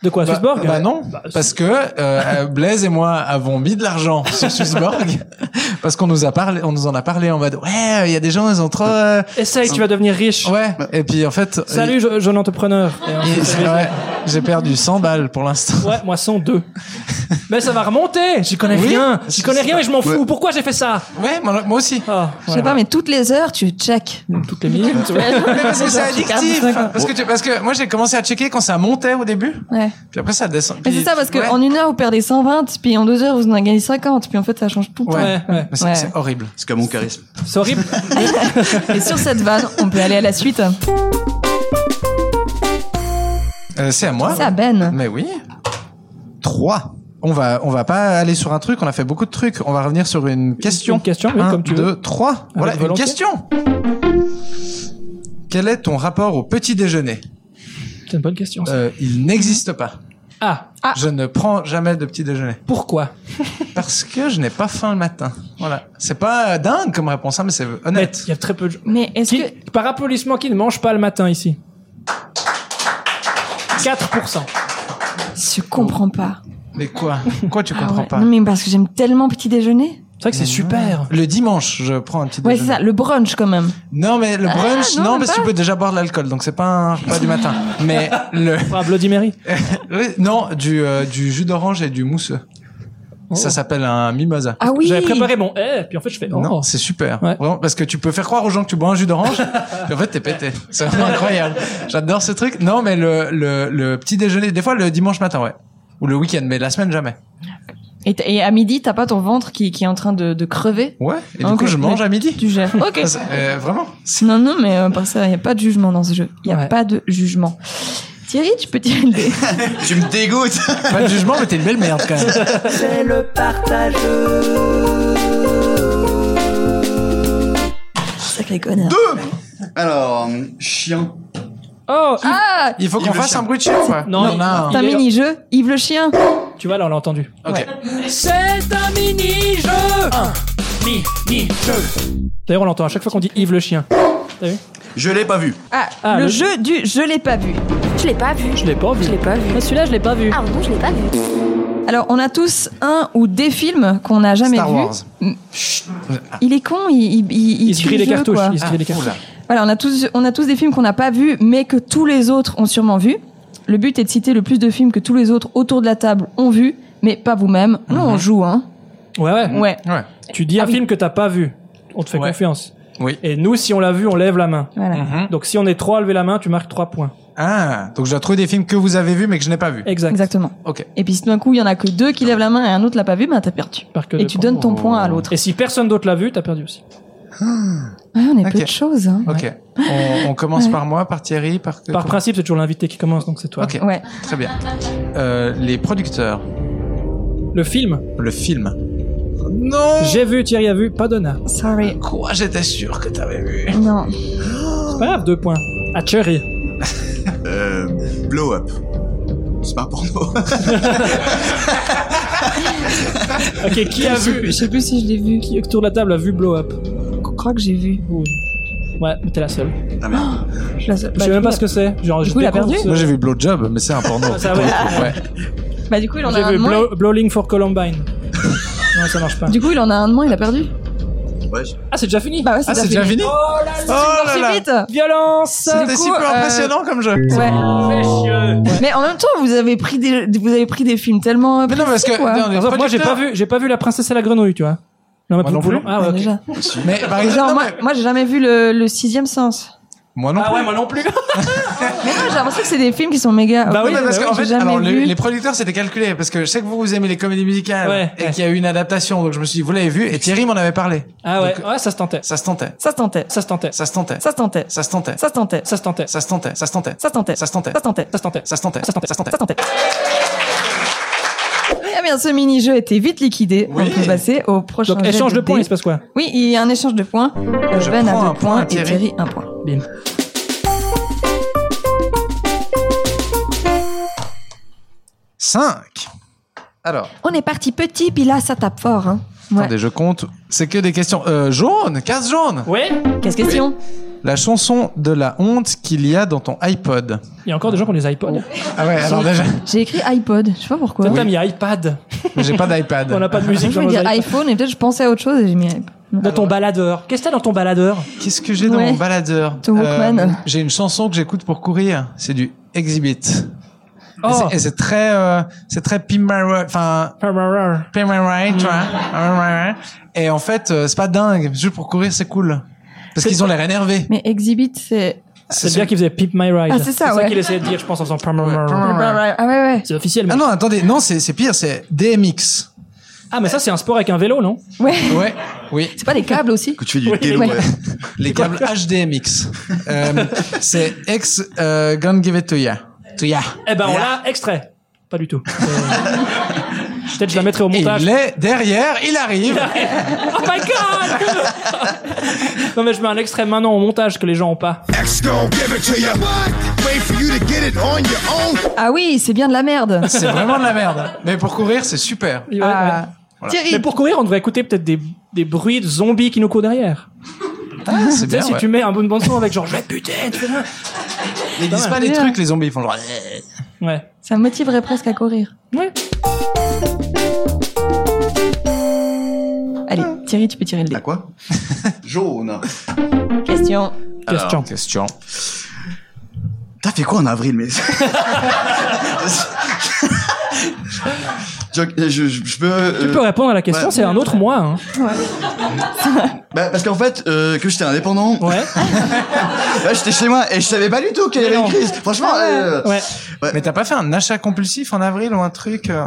[SPEAKER 2] De quoi,
[SPEAKER 4] Bah,
[SPEAKER 2] Swissborg
[SPEAKER 4] bah non, parce que euh, euh, Blaise et moi avons mis de l'argent sur Swissborg parce qu'on nous a parlé, on nous en a parlé en mode ouais, il y a des gens ils ont trop euh,
[SPEAKER 2] Essaye, tu vas devenir riche.
[SPEAKER 4] ouais et puis en fait
[SPEAKER 2] Salut, je- jeune entrepreneur. Et
[SPEAKER 4] il-
[SPEAKER 2] ensuite,
[SPEAKER 4] il- c'est vrai, j'ai perdu 100 balles pour l'instant.
[SPEAKER 2] Ouais, moi sont deux. Mais ça va remonter. J'y connais
[SPEAKER 4] Oui,
[SPEAKER 2] rien. J'y
[SPEAKER 4] c'est
[SPEAKER 2] connais
[SPEAKER 4] ça.
[SPEAKER 2] rien et je m'en fous.
[SPEAKER 6] Ouais.
[SPEAKER 2] Pourquoi j'ai fait ça
[SPEAKER 4] Ouais, moi, moi aussi.
[SPEAKER 2] Ah,
[SPEAKER 3] Je sais
[SPEAKER 2] voilà.
[SPEAKER 3] pas, mais toutes les heures, tu check.
[SPEAKER 2] Toutes les minutes.
[SPEAKER 4] Mais parce que c'est
[SPEAKER 3] Je regarde
[SPEAKER 4] addictif.
[SPEAKER 3] ça, quoi.
[SPEAKER 4] Parce que tu- parce que moi j'ai commencé à checker quand ça montait au début,
[SPEAKER 3] Ouais.
[SPEAKER 4] puis après ça descend.
[SPEAKER 3] Mais
[SPEAKER 4] Puis-
[SPEAKER 3] c'est ça, parce
[SPEAKER 4] ouais.
[SPEAKER 3] qu'en une heure, vous perdez 120, puis en deux heures, vous en gagnez 50, puis en fait, ça change tout le temps.
[SPEAKER 2] Ouais, ouais.
[SPEAKER 4] Mais c'est
[SPEAKER 3] Ouais.
[SPEAKER 4] c'est horrible.
[SPEAKER 6] C'est comme mon charisme.
[SPEAKER 2] C'est horrible.
[SPEAKER 3] Et sur cette vanne, on peut aller à la suite.
[SPEAKER 4] Euh, c'est à moi.
[SPEAKER 3] C'est à Ben.
[SPEAKER 4] Mais oui.
[SPEAKER 6] 3.
[SPEAKER 4] On va, on va pas aller sur un truc, on a fait beaucoup de trucs. On va revenir sur une question.
[SPEAKER 2] Une question, oui,
[SPEAKER 4] Un,
[SPEAKER 2] comme tu
[SPEAKER 4] deux,
[SPEAKER 2] veux.
[SPEAKER 4] trois. Voilà, une
[SPEAKER 2] volonté.
[SPEAKER 4] question. Quel est ton rapport au petit déjeuner
[SPEAKER 2] C'est une bonne question. ça.
[SPEAKER 4] Euh, Il n'existe pas.
[SPEAKER 2] Ah,
[SPEAKER 4] Je ne prends jamais de petit déjeuner
[SPEAKER 2] pourquoi
[SPEAKER 4] parce que je n'ai pas faim le matin. Voilà. C'est pas dingue comme réponse, hein, mais c'est
[SPEAKER 2] Mais
[SPEAKER 4] honnête.
[SPEAKER 2] Il y a très peu de gens.
[SPEAKER 3] Mais est-ce que.
[SPEAKER 2] Qui- Par applaudissement, qui ne mange pas le matin ici 4%.
[SPEAKER 3] Je comprends pas.
[SPEAKER 4] Mais quoi Quoi, tu
[SPEAKER 3] Ah
[SPEAKER 4] comprends
[SPEAKER 3] ouais.
[SPEAKER 4] pas
[SPEAKER 3] Non, mais parce que j'aime tellement petit déjeuner.
[SPEAKER 2] C'est vrai
[SPEAKER 4] Ah.
[SPEAKER 2] que c'est super.
[SPEAKER 4] Le dimanche, je prends un petit
[SPEAKER 3] Ouais, c'est
[SPEAKER 4] déjeuner.
[SPEAKER 3] ça, le brunch quand même.
[SPEAKER 4] Non, mais le
[SPEAKER 3] Ah,
[SPEAKER 4] brunch,
[SPEAKER 3] non,
[SPEAKER 4] non,
[SPEAKER 3] même
[SPEAKER 4] parce que tu
[SPEAKER 3] pas.
[SPEAKER 4] peux déjà boire de l'alcool, donc c'est pas un repas du matin. Mais le
[SPEAKER 2] Ah, Bloody Mary.
[SPEAKER 4] Oui, non, du, euh, du jus d'orange et du mousseux.
[SPEAKER 3] Oh.
[SPEAKER 4] Ça s'appelle un mimosa.
[SPEAKER 3] Ah oui
[SPEAKER 2] Oh. J'avais préparé mon eh, puis en fait je fais. oh.
[SPEAKER 4] Non, c'est super.
[SPEAKER 2] Ouais.
[SPEAKER 4] Vraiment, parce que tu peux faire croire aux gens que tu bois un jus d'orange, puis en fait t'es pété. C'est vraiment incroyable. J'adore ce truc. Non, mais le, le, le petit déjeuner, des fois le dimanche matin, ouais. Ou le week-end, mais la semaine jamais.
[SPEAKER 3] Et, t- et à midi, t'as pas ton ventre qui, qui est en train de, de crever
[SPEAKER 4] Ouais. Et
[SPEAKER 3] Ok,
[SPEAKER 4] du coup, je mange
[SPEAKER 3] mais
[SPEAKER 4] à midi.
[SPEAKER 3] Tu gères. Ok.
[SPEAKER 4] Ça, c'est- euh, vraiment.
[SPEAKER 3] Non, non, mais euh, par ça, il n'y a pas de jugement dans ce jeu. Il n'y a
[SPEAKER 2] Ouais.
[SPEAKER 3] pas de jugement. Thierry, tu peux tirer le dé.
[SPEAKER 6] Tu me dégoûtes
[SPEAKER 4] Pas de jugement, mais t'es une belle merde quand même.
[SPEAKER 1] c'est le partage.
[SPEAKER 3] Sacré connard.
[SPEAKER 6] Alors, euh, chien.
[SPEAKER 2] Oh, Yves-
[SPEAKER 3] Ah
[SPEAKER 4] Il faut
[SPEAKER 6] Il
[SPEAKER 4] qu'on
[SPEAKER 6] veut
[SPEAKER 4] fasse
[SPEAKER 6] chien.
[SPEAKER 4] un bruit de chien, ou pas
[SPEAKER 2] Non, il-
[SPEAKER 4] non.
[SPEAKER 2] il-
[SPEAKER 3] C'est un
[SPEAKER 2] est-
[SPEAKER 3] mini-jeu, Yves le chien.
[SPEAKER 2] tu vois là on l'a entendu.
[SPEAKER 4] Ok.
[SPEAKER 2] C'est un mini-jeu Un mini-jeu D'ailleurs on l'entend à chaque fois qu'on dit Yves le chien. T'as vu
[SPEAKER 6] Je l'ai pas vu.
[SPEAKER 3] Ah,
[SPEAKER 2] Ah,
[SPEAKER 3] le,
[SPEAKER 2] le-
[SPEAKER 3] jeu du je l'ai pas vu.
[SPEAKER 9] Je l'ai pas vu.
[SPEAKER 2] Je l'ai pas vu.
[SPEAKER 9] Je l'ai pas vu.
[SPEAKER 2] Mais celui-là je l'ai pas vu.
[SPEAKER 9] Ah non, je l'ai pas vu.
[SPEAKER 3] Alors, on a tous un ou des films qu'on n'a jamais
[SPEAKER 4] Star
[SPEAKER 3] vus.
[SPEAKER 4] Wars.
[SPEAKER 3] Il est con, il, il, il,
[SPEAKER 2] il se
[SPEAKER 3] tue
[SPEAKER 2] grille
[SPEAKER 3] le
[SPEAKER 2] les
[SPEAKER 3] jeu,
[SPEAKER 2] cartouches.
[SPEAKER 3] quoi.
[SPEAKER 2] Il se grille les
[SPEAKER 4] Ah,
[SPEAKER 2] cartouches.
[SPEAKER 4] oula.
[SPEAKER 3] Voilà, on a tous, on a tous des films qu'on n'a pas vus, mais que tous les autres ont sûrement vus. Le but est de citer le plus de films que tous les autres autour de la table ont vus, mais pas vous-même. Nous,
[SPEAKER 2] Mhm.
[SPEAKER 3] on joue, hein.
[SPEAKER 2] Ouais, ouais.
[SPEAKER 3] Ouais.
[SPEAKER 4] Ouais.
[SPEAKER 2] Tu dis un film que t'as pas vu. On te fait
[SPEAKER 4] Ah Ouais.
[SPEAKER 2] confiance.
[SPEAKER 4] Oui.
[SPEAKER 2] Et nous, si on l'a vu, on lève la main.
[SPEAKER 3] Voilà.
[SPEAKER 4] Mhm.
[SPEAKER 2] Donc si on est trois à lever la main, tu marques trois points.
[SPEAKER 4] Ah, donc je dois trouver des films que vous avez vus mais que je n'ai pas vus.
[SPEAKER 3] Exactement.
[SPEAKER 4] Ok.
[SPEAKER 3] Et puis si tout d'un coup, il y en a que deux qui lèvent la main et un autre l'a pas vu, ben t'as perdu.
[SPEAKER 2] Par que
[SPEAKER 3] Et
[SPEAKER 2] deux
[SPEAKER 3] tu donnes ton point à l'autre.
[SPEAKER 2] Et si personne d'autre l'a vu, t'as perdu aussi.
[SPEAKER 3] Ouais, Ah, on est peu
[SPEAKER 4] Ok.
[SPEAKER 3] de choses. Hein.
[SPEAKER 4] Ok. On, on commence
[SPEAKER 3] Ouais.
[SPEAKER 4] par moi, par Thierry, par.
[SPEAKER 2] Par principe, c'est toujours l'invité qui commence, donc c'est toi.
[SPEAKER 4] Ok.
[SPEAKER 3] Ouais.
[SPEAKER 4] Très bien. Euh, les producteurs,
[SPEAKER 2] Le film,
[SPEAKER 4] le film. Non.
[SPEAKER 2] j'ai vu, Thierry a vu, pas Donna.
[SPEAKER 3] Sorry.
[SPEAKER 4] Quoi J'étais sûr que t'avais vu.
[SPEAKER 3] Non.
[SPEAKER 2] C'est pas grave, deux points. À Thierry.
[SPEAKER 6] Euh, blow up. C'est pas un porno.
[SPEAKER 2] Ok, qui a vu
[SPEAKER 3] Je sais plus si je l'ai vu.
[SPEAKER 2] Qui autour de la table a vu Blow Up
[SPEAKER 3] Je crois que j'ai vu.
[SPEAKER 2] Ouais, mais t'es la seule.
[SPEAKER 6] Ah merde.
[SPEAKER 3] Je la-
[SPEAKER 2] je
[SPEAKER 3] bah,
[SPEAKER 2] sais
[SPEAKER 3] du
[SPEAKER 2] même
[SPEAKER 3] coup,
[SPEAKER 2] pas
[SPEAKER 3] la-
[SPEAKER 2] ce que c'est. Genre,
[SPEAKER 3] Du
[SPEAKER 2] je
[SPEAKER 3] coup, il a
[SPEAKER 2] découvre
[SPEAKER 3] perdu
[SPEAKER 2] ce-
[SPEAKER 4] Moi j'ai vu Blowjob, mais c'est un porno.
[SPEAKER 2] Ah, ça, ouais.
[SPEAKER 4] Ouais.
[SPEAKER 3] Bah du coup, il en a
[SPEAKER 2] J'ai
[SPEAKER 3] un
[SPEAKER 2] vu
[SPEAKER 3] de moins.
[SPEAKER 2] Blow- Blowing for Columbine. non, ça marche pas.
[SPEAKER 3] Du coup, il en a un de moins, il a perdu.
[SPEAKER 6] Ouais, je-
[SPEAKER 2] Ah, c'est déjà fini
[SPEAKER 3] Bah ouais,
[SPEAKER 4] Ah,
[SPEAKER 3] déjà
[SPEAKER 4] c'est déjà fini
[SPEAKER 2] Oh là
[SPEAKER 4] Oh là là
[SPEAKER 3] Marchez vite.
[SPEAKER 2] Violence
[SPEAKER 3] Du
[SPEAKER 4] C'était
[SPEAKER 3] coup,
[SPEAKER 4] si peu
[SPEAKER 3] euh,
[SPEAKER 4] impressionnant comme jeu.
[SPEAKER 3] Ouais.
[SPEAKER 2] Moi
[SPEAKER 3] Mais en même temps, vous avez pris des, vous avez pris des films tellement.
[SPEAKER 4] Mais non, parce que
[SPEAKER 3] quoi.
[SPEAKER 4] non, les
[SPEAKER 2] j'ai pas
[SPEAKER 4] producteurs-
[SPEAKER 2] vu, j'ai pas vu la princesse et la grenouille, tu vois. Non, mais
[SPEAKER 4] Moi non
[SPEAKER 2] Poulon-
[SPEAKER 4] plus.
[SPEAKER 2] Ah ouais,
[SPEAKER 3] Ouais,
[SPEAKER 2] ok.
[SPEAKER 3] déjà.
[SPEAKER 4] Mais par
[SPEAKER 3] Et
[SPEAKER 4] exemple,
[SPEAKER 3] genre,
[SPEAKER 4] non,
[SPEAKER 3] moi,
[SPEAKER 4] mais-
[SPEAKER 3] moi j'ai jamais vu le, le sixième sens.
[SPEAKER 4] moi non
[SPEAKER 2] Ah
[SPEAKER 4] plus.
[SPEAKER 2] ouais, moi non plus.
[SPEAKER 3] Mais moi j'ai l'impression que c'est des films qui sont méga.
[SPEAKER 2] Bah
[SPEAKER 4] Non,
[SPEAKER 2] oui,
[SPEAKER 4] mais parce
[SPEAKER 2] bah
[SPEAKER 4] qu'en
[SPEAKER 3] j'ai
[SPEAKER 4] fait,
[SPEAKER 3] jamais
[SPEAKER 4] alors
[SPEAKER 3] vu.
[SPEAKER 4] les, les producteurs c'était calculé parce que je sais que vous vous aimez les comédies musicales
[SPEAKER 2] Ouais,
[SPEAKER 4] et
[SPEAKER 2] ouais.
[SPEAKER 4] qu'il y a eu une adaptation, donc je me suis dit vous l'avez vu et Thierry m'en avait parlé.
[SPEAKER 2] Ah ouais,
[SPEAKER 4] Donc,
[SPEAKER 2] ouais, ça se tentait.
[SPEAKER 4] ça se tentait,
[SPEAKER 3] Ça se tentait.
[SPEAKER 2] Ça se tentait.
[SPEAKER 4] ça se tentait,
[SPEAKER 3] Ça se tentait.
[SPEAKER 4] ça se tentait,
[SPEAKER 3] Ça se tentait.
[SPEAKER 2] Ça se tentait.
[SPEAKER 4] ça se tentait, ça se tentait,
[SPEAKER 3] Ça se tentait.
[SPEAKER 2] Ça se tentait.
[SPEAKER 3] Ça se tentait.
[SPEAKER 4] ça se tentait, ça se tentait,
[SPEAKER 2] Ça se tentait.
[SPEAKER 4] ça se tentait.
[SPEAKER 3] Ça se tentait. Eh bien, ce mini-jeu était vite liquidé.
[SPEAKER 4] Oui.
[SPEAKER 3] On peut passer au prochain
[SPEAKER 2] Donc,
[SPEAKER 3] jet
[SPEAKER 2] échange de
[SPEAKER 3] dés.
[SPEAKER 2] points, il se passe quoi
[SPEAKER 3] Oui, il y a un échange de points. Euh,
[SPEAKER 4] Je
[SPEAKER 3] ben a
[SPEAKER 4] prends
[SPEAKER 3] deux
[SPEAKER 4] un point,
[SPEAKER 3] points et
[SPEAKER 4] Thierry.
[SPEAKER 3] Thierry un point.
[SPEAKER 2] Bim.
[SPEAKER 4] Cinq. Alors,
[SPEAKER 3] On est parti petit, puis là, ça tape fort. Hein. Ouais.
[SPEAKER 4] attendez, je compte. C'est que des questions euh, jaunes, case jaune.
[SPEAKER 2] Ouais.
[SPEAKER 3] Qu'est-ce que question
[SPEAKER 4] La chanson de la honte qu'il y a dans ton iPod.
[SPEAKER 2] Il y a encore des gens qui ont des iPods.
[SPEAKER 4] Ah ouais, alors déjà,
[SPEAKER 3] J'ai écrit iPod. Je sais pas pourquoi.
[SPEAKER 2] Toi, t'as mis iPad.
[SPEAKER 4] j'ai pas d'iPad.
[SPEAKER 2] On n'a pas de
[SPEAKER 3] Je
[SPEAKER 2] musique dans
[SPEAKER 3] voulais
[SPEAKER 2] nos
[SPEAKER 3] dire
[SPEAKER 2] iPads.
[SPEAKER 3] iPhone et peut-être je pensais à autre chose et j'ai mis iPod.
[SPEAKER 2] Dans ton baladeur. Qu'est-ce que t'as dans ton baladeur
[SPEAKER 4] Qu'est-ce que j'ai dans
[SPEAKER 3] Ouais.
[SPEAKER 4] mon baladeur Euh,
[SPEAKER 3] Ton Walkman.
[SPEAKER 4] J'ai une chanson que j'écoute pour courir. C'est du Exhibit. Et
[SPEAKER 2] Oh.
[SPEAKER 4] c'est- Et c'est très, euh, c'est très Pimp My Ride- enfin Pimp My Ride, tu vois. Pimp My Ride. Et en fait, euh, c'est pas dingue. Juste pour courir, c'est cool. Parce qu'ils ont l'air énervés.
[SPEAKER 3] Mais Exhibit, c'est.
[SPEAKER 2] C'est bien qu'il faisait Pip My Ride.
[SPEAKER 3] Ah, c'est ça, ouais.
[SPEAKER 2] qu'il essayait de dire, je pense, en faisant
[SPEAKER 4] Ouais.
[SPEAKER 3] Ah ouais, ouais.
[SPEAKER 2] C'est officiel, mais...
[SPEAKER 4] Ah non, attendez, non, c'est c'est pire, c'est DMX.
[SPEAKER 2] Ah, mais ça, c'est un sport avec un vélo, non
[SPEAKER 3] Ouais.
[SPEAKER 4] Ouais, oui,
[SPEAKER 3] C'est pas des câbles aussi
[SPEAKER 6] Que tu fais du
[SPEAKER 2] Oui,
[SPEAKER 6] télo,
[SPEAKER 3] ouais.
[SPEAKER 6] ouais.
[SPEAKER 4] les câbles HDMX. Euh, c'est ex euh, Gonna Give It To Ya. To Ya.
[SPEAKER 2] Eh ben, on l'a extrait. Pas du tout. Euh, Peut-être je la mettrai au
[SPEAKER 4] Et
[SPEAKER 2] montage.
[SPEAKER 4] il est derrière, il arrive.
[SPEAKER 2] Oh my god Non, mais je mets un extrait maintenant au montage que les gens ont pas.
[SPEAKER 3] Ah oui, c'est bien de la merde.
[SPEAKER 4] C'est vraiment de la merde. Mais pour courir, c'est super.
[SPEAKER 2] Ouais, ouais.
[SPEAKER 3] Ah.
[SPEAKER 2] Mais
[SPEAKER 3] Thierry,
[SPEAKER 2] pour courir, on devrait écouter peut-être des, des bruits de zombies qui nous courent derrière.
[SPEAKER 4] Ah, c'est
[SPEAKER 2] Tu sais,
[SPEAKER 4] bien.
[SPEAKER 2] si
[SPEAKER 4] ouais.
[SPEAKER 2] tu mets un bon bande son avec genre je vais te buter, etc.
[SPEAKER 4] Ils disent pas les trucs, les zombies. Ils font genre. eh.
[SPEAKER 2] Ouais.
[SPEAKER 3] ça me motiverait presque à courir.
[SPEAKER 2] Ouais.
[SPEAKER 3] Allez, Thierry, tu peux tirer le
[SPEAKER 6] À
[SPEAKER 3] dé.
[SPEAKER 6] quoi Jaune.
[SPEAKER 3] Question.
[SPEAKER 2] Question.
[SPEAKER 4] Question.
[SPEAKER 6] T'as fait quoi en avril, mais je, je, je peux. euh,
[SPEAKER 2] Tu peux répondre à la question,
[SPEAKER 6] ouais.
[SPEAKER 2] c'est un autre mois. hein.
[SPEAKER 6] bah, parce qu'en fait, euh, que j'étais indépendant,
[SPEAKER 2] Ouais.
[SPEAKER 6] bah, j'étais chez moi et je savais pas du tout qu'il y avait
[SPEAKER 2] Mais
[SPEAKER 6] une
[SPEAKER 2] non. Ah
[SPEAKER 6] crise. Franchement, euh,
[SPEAKER 2] Ouais.
[SPEAKER 4] Mais t'as pas fait un achat compulsif en avril ou un truc euh,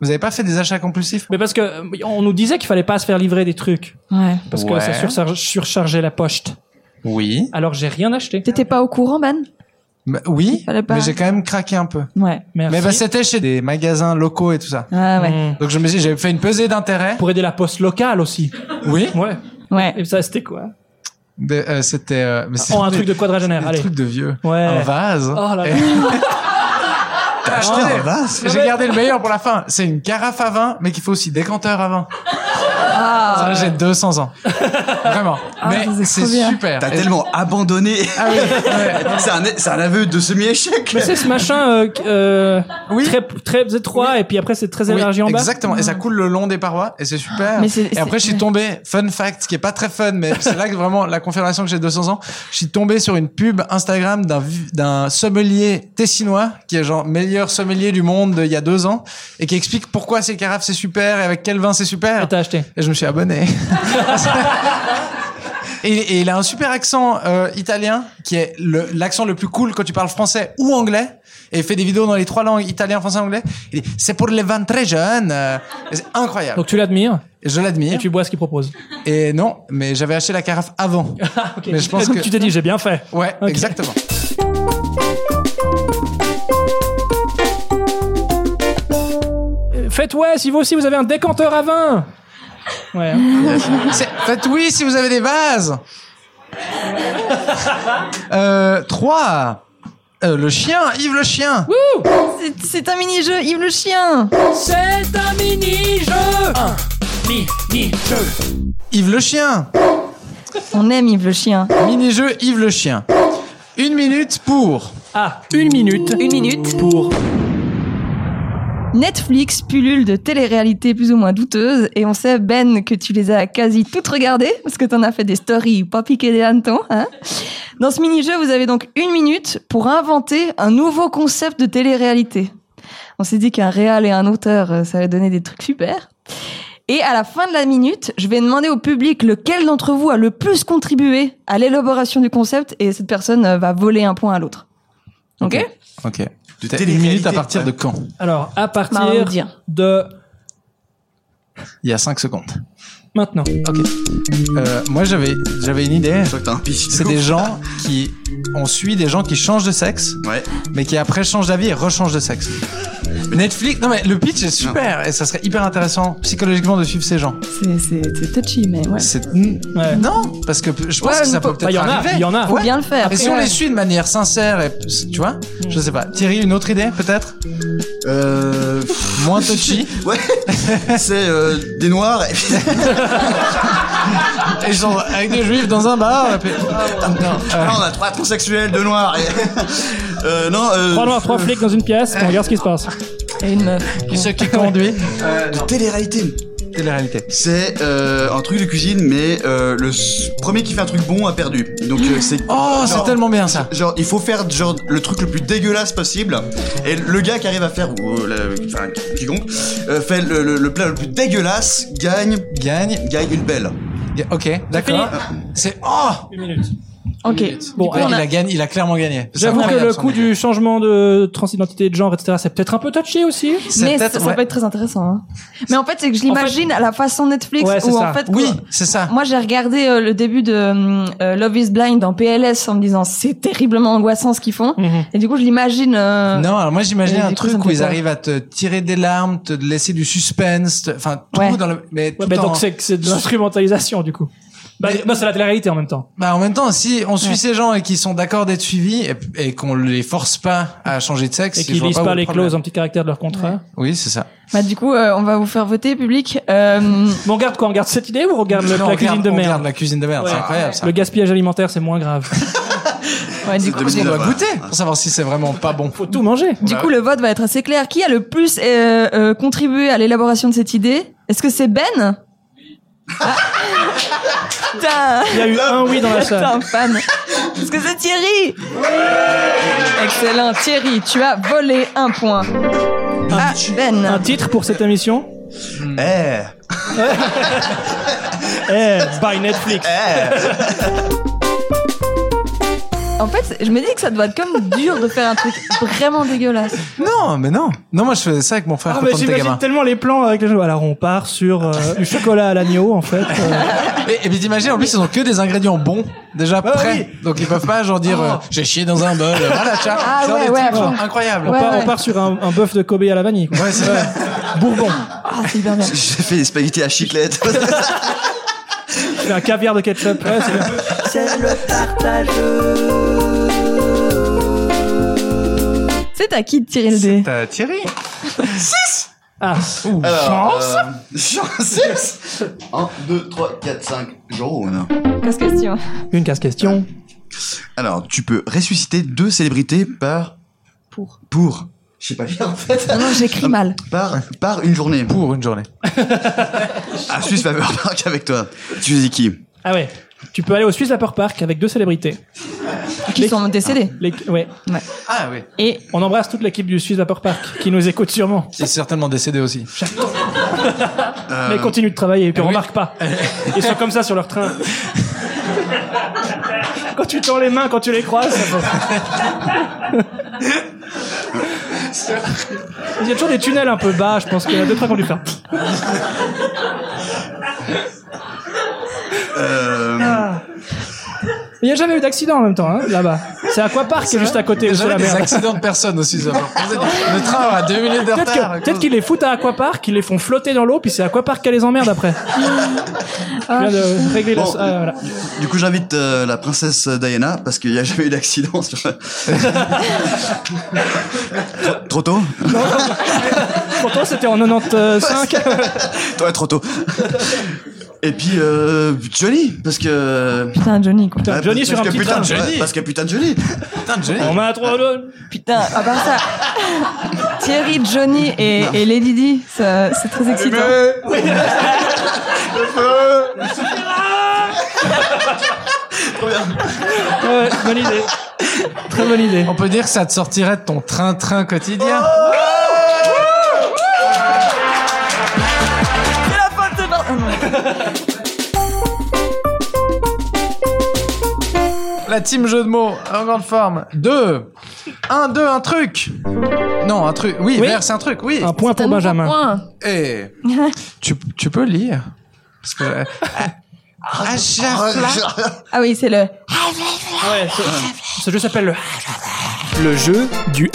[SPEAKER 4] Vous avez pas fait des achats compulsifs
[SPEAKER 2] Mais parce que euh, on nous disait qu'il fallait pas se faire livrer des trucs
[SPEAKER 3] Ouais.
[SPEAKER 2] parce que
[SPEAKER 4] Ouais.
[SPEAKER 2] ça surcharge- surchargeait la poste.
[SPEAKER 4] Oui.
[SPEAKER 2] Alors j'ai rien acheté.
[SPEAKER 3] T'étais pas au courant, Ben
[SPEAKER 4] Bah, oui.
[SPEAKER 3] Fallait pas.
[SPEAKER 4] Mais j'ai quand même craqué un peu.
[SPEAKER 3] Ouais.
[SPEAKER 2] Merci.
[SPEAKER 4] Mais bah, c'était chez des magasins locaux et tout ça.
[SPEAKER 3] Ah ouais.
[SPEAKER 2] Mmh.
[SPEAKER 4] Donc je me suis, j'avais fait une pesée d'intérêt.
[SPEAKER 2] Pour aider la poste locale aussi.
[SPEAKER 4] Oui.
[SPEAKER 2] Ouais.
[SPEAKER 3] Ouais.
[SPEAKER 2] Et ça c'était quoi
[SPEAKER 4] De- euh, c'était. euh, mais c'était
[SPEAKER 2] Oh un
[SPEAKER 4] des-
[SPEAKER 2] truc de quadragénaire.
[SPEAKER 4] des
[SPEAKER 2] Allez.
[SPEAKER 4] trucs de vieux.
[SPEAKER 2] Ouais.
[SPEAKER 4] Un vase.
[SPEAKER 2] Oh là là.
[SPEAKER 4] Et-
[SPEAKER 6] t'as acheté un vase.
[SPEAKER 4] J'ai gardé le meilleur pour la fin. C'est une carafe à vin, mais qu'il faut aussi décanteur à vin. Ça, j'ai 200 ans. Vraiment.
[SPEAKER 3] Ah, ça,
[SPEAKER 4] mais
[SPEAKER 3] c'est
[SPEAKER 4] c'est
[SPEAKER 3] trop bien.
[SPEAKER 4] super.
[SPEAKER 6] T'as
[SPEAKER 4] Et-
[SPEAKER 6] tellement abandonné.
[SPEAKER 4] Ah oui, ouais.
[SPEAKER 6] c'est un, c'est un aveu de semi-échec.
[SPEAKER 2] Mais c'est ce machin euh, qu- euh,
[SPEAKER 4] Oui.
[SPEAKER 2] très très étroit et puis après c'est très
[SPEAKER 4] Oui,
[SPEAKER 2] élargi en bas.
[SPEAKER 4] exactement. Et ça coule le long des parois et c'est super.
[SPEAKER 3] Mais c'est-
[SPEAKER 4] et après, je
[SPEAKER 3] c'est-
[SPEAKER 4] suis tombé, fun fact, ce qui est pas très fun, mais c'est là que vraiment la confirmation que j'ai 200 ans, je suis tombé sur une pub Instagram d'un, vi- d'un sommelier tessinois qui est genre meilleur sommelier du monde il y a deux ans et qui explique pourquoi ces carafes c'est super et avec quel vin c'est
[SPEAKER 2] Et
[SPEAKER 4] super.
[SPEAKER 2] t'as acheté.
[SPEAKER 4] Et je me suis abonné. et et, et il a un super accent euh, italien qui est le- l'accent le, plus cool quand tu parles français ou anglais. Et il fait des vidéos dans les trois langues, italien, français, anglais. Il dit, c'est pour les vins très jeunes. euh. Et C'est incroyable.
[SPEAKER 2] Donc tu l'admires
[SPEAKER 4] je l'admire.
[SPEAKER 2] et tu bois ce qu'il propose.
[SPEAKER 4] Et non, mais j'avais acheté la carafe avant. Mais je pense Ah, que...
[SPEAKER 2] tu t'es dit j'ai bien fait.
[SPEAKER 4] Ouais,
[SPEAKER 2] Ok.
[SPEAKER 4] exactement.
[SPEAKER 2] Euh, Faites ouais si vous aussi vous avez un décanteur à vin. Ouais.
[SPEAKER 4] C'est- Faites oui si vous avez des vases. Euh, 3. le chien, Yves le chien.
[SPEAKER 3] C'est- C'est un mini-jeu, Yves le chien
[SPEAKER 1] C'est un mini-jeu Un mini-jeu
[SPEAKER 4] Yves le chien.
[SPEAKER 3] On aime Yves le chien.
[SPEAKER 4] Mini-jeu Yves le chien. Une minute pour.
[SPEAKER 2] Ah une minute.
[SPEAKER 3] Une minute.
[SPEAKER 2] Pour.
[SPEAKER 3] Netflix pullule de télé-réalité plus ou moins douteuses et on sait, Ben, que tu les as quasi toutes regardées parce que t'en as fait des stories pas piqué des hannetons. Hein Dans ce mini-jeu, vous avez donc une minute pour inventer un nouveau concept de télé-réalité. On s'est dit qu'un réal et un auteur, euh, ça allait donner des trucs super. Et à la fin de la minute, je vais demander au public lequel d'entre vous a le plus contribué à l'élaboration du concept et cette personne euh, va voler un point à l'autre. Ok,
[SPEAKER 4] Ok.
[SPEAKER 6] De
[SPEAKER 4] T'as une
[SPEAKER 6] télé-réalité,
[SPEAKER 4] minute à partir
[SPEAKER 6] ouais.
[SPEAKER 4] de quand
[SPEAKER 2] Alors à
[SPEAKER 3] Bah, on va
[SPEAKER 2] partir
[SPEAKER 3] dire.
[SPEAKER 2] de
[SPEAKER 4] Il y a 5 secondes.
[SPEAKER 2] maintenant.
[SPEAKER 4] Euh, moi j'avais j'avais une idée.
[SPEAKER 6] Je crois que t'as un pitch.
[SPEAKER 4] C'est des gens qui on suit des gens qui changent de sexe,
[SPEAKER 6] Ouais.
[SPEAKER 4] mais qui après changent d'avis et rechangent de sexe. Netflix, non mais le pitch est super et ça serait hyper intéressant psychologiquement de suivre ces gens.
[SPEAKER 3] C'est- c'est c'est touchy, mais ouais.
[SPEAKER 4] C'est
[SPEAKER 2] Ouais.
[SPEAKER 4] non parce que je pense
[SPEAKER 3] Ouais,
[SPEAKER 4] que ça
[SPEAKER 3] mais
[SPEAKER 4] peut
[SPEAKER 3] faut-
[SPEAKER 2] Bah,
[SPEAKER 4] peut-être
[SPEAKER 2] y en a,
[SPEAKER 4] arriver.
[SPEAKER 2] y en a.
[SPEAKER 3] Faut
[SPEAKER 4] Ouais.
[SPEAKER 3] bien le faire.
[SPEAKER 4] Et si on
[SPEAKER 3] Ouais.
[SPEAKER 4] les suit de manière sincère et tu vois, je sais pas. Thierry, une autre idée peut-être
[SPEAKER 6] Euh.
[SPEAKER 4] Moins touchy.
[SPEAKER 6] Ouais. c'est euh, des noirs. Et puis...
[SPEAKER 4] et genre avec des juifs dans un bar. et puis- Non, euh,
[SPEAKER 6] Ah, on a trois transsexuels, deux noirs. Et... euh, non. Euh...
[SPEAKER 2] Trois noirs, trois flics dans une pièce. puis On regarde ce qui se passe.
[SPEAKER 3] Et une meuf.
[SPEAKER 4] qui c'est qui conduit
[SPEAKER 6] de télé-réalité.
[SPEAKER 4] C'est la réalité.
[SPEAKER 6] C'est euh, un truc de cuisine, mais euh, le s- premier qui fait un truc bon a perdu. Donc euh, c'est.
[SPEAKER 4] Oh, c'est
[SPEAKER 6] Genre-
[SPEAKER 4] tellement bien ça.
[SPEAKER 6] Genre, il faut faire genre, le truc le plus dégueulasse possible. Et le gars qui arrive à faire, ou euh, la- enfin, quiconque, euh, fait le, le- le plat le plus dégueulasse, gagne,
[SPEAKER 4] Gagne.
[SPEAKER 6] gagne une belle.
[SPEAKER 4] Ok, d'accord. C'est oh.
[SPEAKER 2] Une minute.
[SPEAKER 3] Ok.
[SPEAKER 2] Bon,
[SPEAKER 4] Ouais,
[SPEAKER 2] alors,
[SPEAKER 4] il a gagné, il a clairement gagné. C'est
[SPEAKER 2] j'avoue que
[SPEAKER 4] incroyable,
[SPEAKER 2] le
[SPEAKER 4] son
[SPEAKER 2] coup
[SPEAKER 4] idée.
[SPEAKER 2] du changement de transidentité de genre, etc., c'est peut-être un peu touché aussi.
[SPEAKER 4] C'est
[SPEAKER 3] Mais ça,
[SPEAKER 4] peut-être-
[SPEAKER 3] ça
[SPEAKER 4] ouais.
[SPEAKER 3] peut être très intéressant. hein. Mais en fait, c'est que je l'imagine à la façon Netflix
[SPEAKER 2] Ouais, c'est
[SPEAKER 3] où
[SPEAKER 2] ça.
[SPEAKER 3] en fait.
[SPEAKER 4] Oui,
[SPEAKER 3] quoi-
[SPEAKER 4] c'est ça.
[SPEAKER 3] Moi, j'ai regardé euh, le début de hum, euh, Love is Blind en PLS en me disant c'est terriblement angoissant ce qu'ils font. Et du coup, je l'imagine. euh,
[SPEAKER 4] Non, alors moi j'imagine
[SPEAKER 3] Et
[SPEAKER 4] un
[SPEAKER 3] du coup, ça me
[SPEAKER 4] truc où
[SPEAKER 3] fait
[SPEAKER 4] ils
[SPEAKER 3] peur.
[SPEAKER 4] arrivent à te tirer des larmes, te laisser du suspense, te- enfin tout
[SPEAKER 3] Ouais.
[SPEAKER 4] dans le hein. mais tout
[SPEAKER 2] Ouais, bah,
[SPEAKER 4] en-
[SPEAKER 2] donc c'est que c'est de l'instrumentalisation du coup. Bah,
[SPEAKER 4] Mais-
[SPEAKER 2] bah, c'est la télé-réalité en même temps.
[SPEAKER 4] Bah, en même temps si on suit
[SPEAKER 3] Ouais.
[SPEAKER 4] ces gens et qu'ils sont d'accord d'être suivis et, et qu'on les force pas à changer de sexe
[SPEAKER 2] Et
[SPEAKER 4] je
[SPEAKER 2] qu'ils
[SPEAKER 4] vois
[SPEAKER 2] lisent pas,
[SPEAKER 4] où est le
[SPEAKER 2] les
[SPEAKER 4] problème.
[SPEAKER 2] clauses en petit caractère de leur contrat.
[SPEAKER 4] Oui, c'est ça.
[SPEAKER 3] Bah, du coup, euh, on va vous faire voter, public. Euh,
[SPEAKER 2] Mais on regarde quoi On regarde cette idée ou on regarde le-
[SPEAKER 4] Non,
[SPEAKER 2] la
[SPEAKER 4] on
[SPEAKER 2] cuisine
[SPEAKER 4] regarde-
[SPEAKER 2] de
[SPEAKER 4] on
[SPEAKER 2] merde
[SPEAKER 4] regarde la cuisine de merde,
[SPEAKER 2] Ouais.
[SPEAKER 4] c'est incroyable ça.
[SPEAKER 2] Le gaspillage alimentaire, c'est moins grave.
[SPEAKER 3] ouais, du
[SPEAKER 6] C'est
[SPEAKER 3] coup,
[SPEAKER 4] Parce qu'on doit
[SPEAKER 6] 2009,
[SPEAKER 4] goûter pour savoir si c'est vraiment pas bon.
[SPEAKER 2] Faut tout manger.
[SPEAKER 3] du coup, le vote va être assez clair. Qui a le plus euh, euh, contribué à l'élaboration de cette idée Est-ce que c'est Ben Ah. Putain
[SPEAKER 2] Il y a eu un oui dans la
[SPEAKER 3] T'es
[SPEAKER 2] salle.
[SPEAKER 3] un fan. Est-ce que c'est Thierry Excellent, Thierry, tu as volé un point. Ah,
[SPEAKER 2] Un
[SPEAKER 3] Ben.
[SPEAKER 2] titre pour cette émission
[SPEAKER 6] Eh,
[SPEAKER 2] Eh, by Netflix.
[SPEAKER 3] En fait, je me dis que ça doit être comme dur de faire un truc vraiment dégueulasse.
[SPEAKER 4] Non, mais non. Non, moi je faisais ça avec mon frère
[SPEAKER 2] Ah,
[SPEAKER 4] quand
[SPEAKER 2] mais
[SPEAKER 4] on était
[SPEAKER 2] j'imagine
[SPEAKER 4] gamin.
[SPEAKER 2] tellement les plans avec les gens. Alors on part sur euh, du chocolat à l'agneau en fait. euh,
[SPEAKER 4] Et, et puis t'imagines, en plus, ils ont que des ingrédients bons, déjà
[SPEAKER 2] Bah
[SPEAKER 4] prêts. Donc ils peuvent pas, genre,
[SPEAKER 2] Oh.
[SPEAKER 4] dire, euh, j'ai chié dans un bol, euh, voilà, ciao.
[SPEAKER 3] Ah,
[SPEAKER 4] Genre
[SPEAKER 3] ouais,
[SPEAKER 4] des
[SPEAKER 3] ouais,
[SPEAKER 4] trucs, genre,
[SPEAKER 3] ouais.
[SPEAKER 4] Incroyable.
[SPEAKER 2] on,
[SPEAKER 3] Ouais,
[SPEAKER 2] part, on
[SPEAKER 3] ouais.
[SPEAKER 2] part sur un, un bœuf de Kobe à la vanille. quoi.
[SPEAKER 4] Ouais, c'est vrai.
[SPEAKER 2] Bourbon.
[SPEAKER 3] Ah, c'est hyper bien.
[SPEAKER 6] j'ai fait des spaghettis à chiclette.
[SPEAKER 2] C'est un caviar de ketchup. Ouais, c'est bien.
[SPEAKER 1] C'est le partageux
[SPEAKER 3] C'est à qui de tirer le dé
[SPEAKER 4] T'as Thierry
[SPEAKER 2] Ah, ouh.
[SPEAKER 6] Alors, euh, chance 1, 2, 3, 4, 5, jaune.
[SPEAKER 3] Casse question.
[SPEAKER 2] une casse question.
[SPEAKER 6] Alors, tu peux ressusciter deux célébrités par.
[SPEAKER 3] Pour.
[SPEAKER 6] Pour. Je sais pas lire en fait.
[SPEAKER 3] Non, non, j'écris Ah, mal.
[SPEAKER 6] Par, par une journée.
[SPEAKER 4] Pour une journée.
[SPEAKER 6] Ah, Suisse Faveur Park avec toi. Tu dis qui
[SPEAKER 2] Ah ouais. Tu peux aller au Swiss Vapor Park avec deux célébrités. Ah,
[SPEAKER 3] Qui sont décédés.
[SPEAKER 2] Les- Ouais.
[SPEAKER 4] Ah oui.
[SPEAKER 3] Et
[SPEAKER 2] On embrasse toute l'équipe du Swiss Vapor Park qui nous écoute sûrement.
[SPEAKER 4] Qui est certainement décédé aussi.
[SPEAKER 2] Mais continue de travailler et puis
[SPEAKER 4] oui.
[SPEAKER 2] on remarque pas. Ils sont comme ça sur leur train. Quand tu tends les mains, quand tu les croises, ça Il y a toujours des tunnels un peu bas, je pense qu'il y en a deux, trois qu'on lui fait. Ah. Il n'y a jamais eu d'accident en même temps, hein, là-bas. C'est Aquapark qui est juste à côté sur
[SPEAKER 4] J'avais
[SPEAKER 2] la
[SPEAKER 4] des
[SPEAKER 2] mer.
[SPEAKER 4] accidents de personnes aussi, ça m'a reposé. Le train a deux minutes de
[SPEAKER 2] Peut-être
[SPEAKER 4] retard.
[SPEAKER 2] que- peut-être qu'ils les foutent à Aquapark, qu'ils les font flotter dans l'eau, puis c'est Aquapark qui les emmerde après. Je viens de régler la-
[SPEAKER 6] Bon.
[SPEAKER 2] ah, voilà.
[SPEAKER 6] Du coup, j'invite euh, la princesse Diana parce qu'il n'y a jamais eu d'accident. Sur... Trop- trop tôt
[SPEAKER 2] Pour toi, c'était en 95.
[SPEAKER 6] Toi, trop tôt. Et puis euh, Johnny, parce que
[SPEAKER 3] Putain, Johnny, quoi.
[SPEAKER 2] Putain, Johnny
[SPEAKER 6] parce
[SPEAKER 2] sur un
[SPEAKER 6] que
[SPEAKER 2] petit
[SPEAKER 6] putain,
[SPEAKER 2] train.
[SPEAKER 6] ouais,
[SPEAKER 4] Johnny.
[SPEAKER 6] parce que putain de Johnny.
[SPEAKER 4] Putain, Johnny.
[SPEAKER 2] On m'a trop de-
[SPEAKER 3] Putain, à part ça, Thierry, Johnny et, et Lady Di, ça- c'est très excitant.
[SPEAKER 2] Ouais, bonne idée. Très bonne idée.
[SPEAKER 4] On peut dire que ça te sortirait de ton train-train quotidien. La team jeu de mots en grande forme. Deux. Un, deux, un truc. Non, un truc. Oui,
[SPEAKER 2] Oui. Ah.
[SPEAKER 4] vers, c'est un truc, oui.
[SPEAKER 2] Un point pour
[SPEAKER 3] nouveau
[SPEAKER 2] Benjamin.
[SPEAKER 3] point.
[SPEAKER 4] Et tu, tu peux lire. Parce que. Ah, euh,
[SPEAKER 2] Ah,
[SPEAKER 4] à- à chaque fois-
[SPEAKER 3] Ah oui, c'est le.
[SPEAKER 2] Ouais, ce, ce jeu s'appelle le. Le jeu du.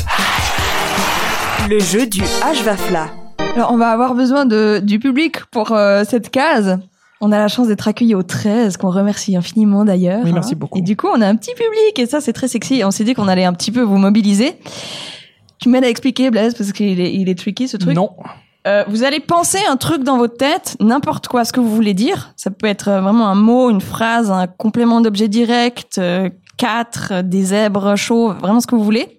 [SPEAKER 8] Le jeu du H-Vafla.
[SPEAKER 3] Alors, on va avoir besoin de, du public pour euh, cette case. On a la chance d'être accueillis au 13, qu'on remercie infiniment d'ailleurs. hein.
[SPEAKER 2] Oui, merci beaucoup.
[SPEAKER 3] Et du coup, on a un petit public, et ça, c'est très sexy. Et On s'est dit qu'on allait un petit peu vous mobiliser. Tu m'aides à expliquer, Blaise, parce qu'il est, il est tricky ce truc.
[SPEAKER 2] Non.
[SPEAKER 3] Euh, vous allez penser un truc dans votre tête, n'importe quoi, ce que vous voulez dire. Ça peut être euh, vraiment un mot, une phrase, un complément d'objet direct, euh, quatre, euh, des zèbres chauves, vraiment ce que vous voulez.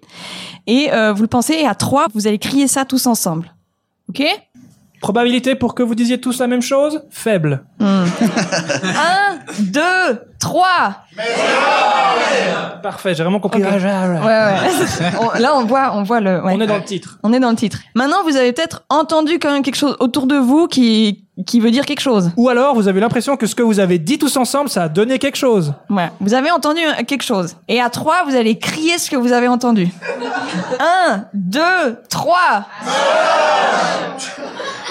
[SPEAKER 3] Et euh, vous le pensez, et à trois, vous allez crier ça tous ensemble. OK
[SPEAKER 2] Probabilité pour que vous disiez tous la même chose Faible.
[SPEAKER 3] 1, 2, 3
[SPEAKER 2] Parfait, j'ai vraiment compris.
[SPEAKER 3] Ok. Ouais, ouais. On- là, on voit, on voit le... ouais.
[SPEAKER 2] On est dans le titre.
[SPEAKER 3] On est dans le titre. Maintenant, vous avez peut-être entendu quand même quelque chose autour de vous qui, qui veut dire quelque chose.
[SPEAKER 2] Ou alors, vous avez l'impression que ce que vous avez dit tous ensemble, ça a donné quelque chose.
[SPEAKER 3] Ouais. Vous avez entendu euh, quelque chose. Et à trois, vous allez crier ce que vous avez entendu. Un, deux, trois.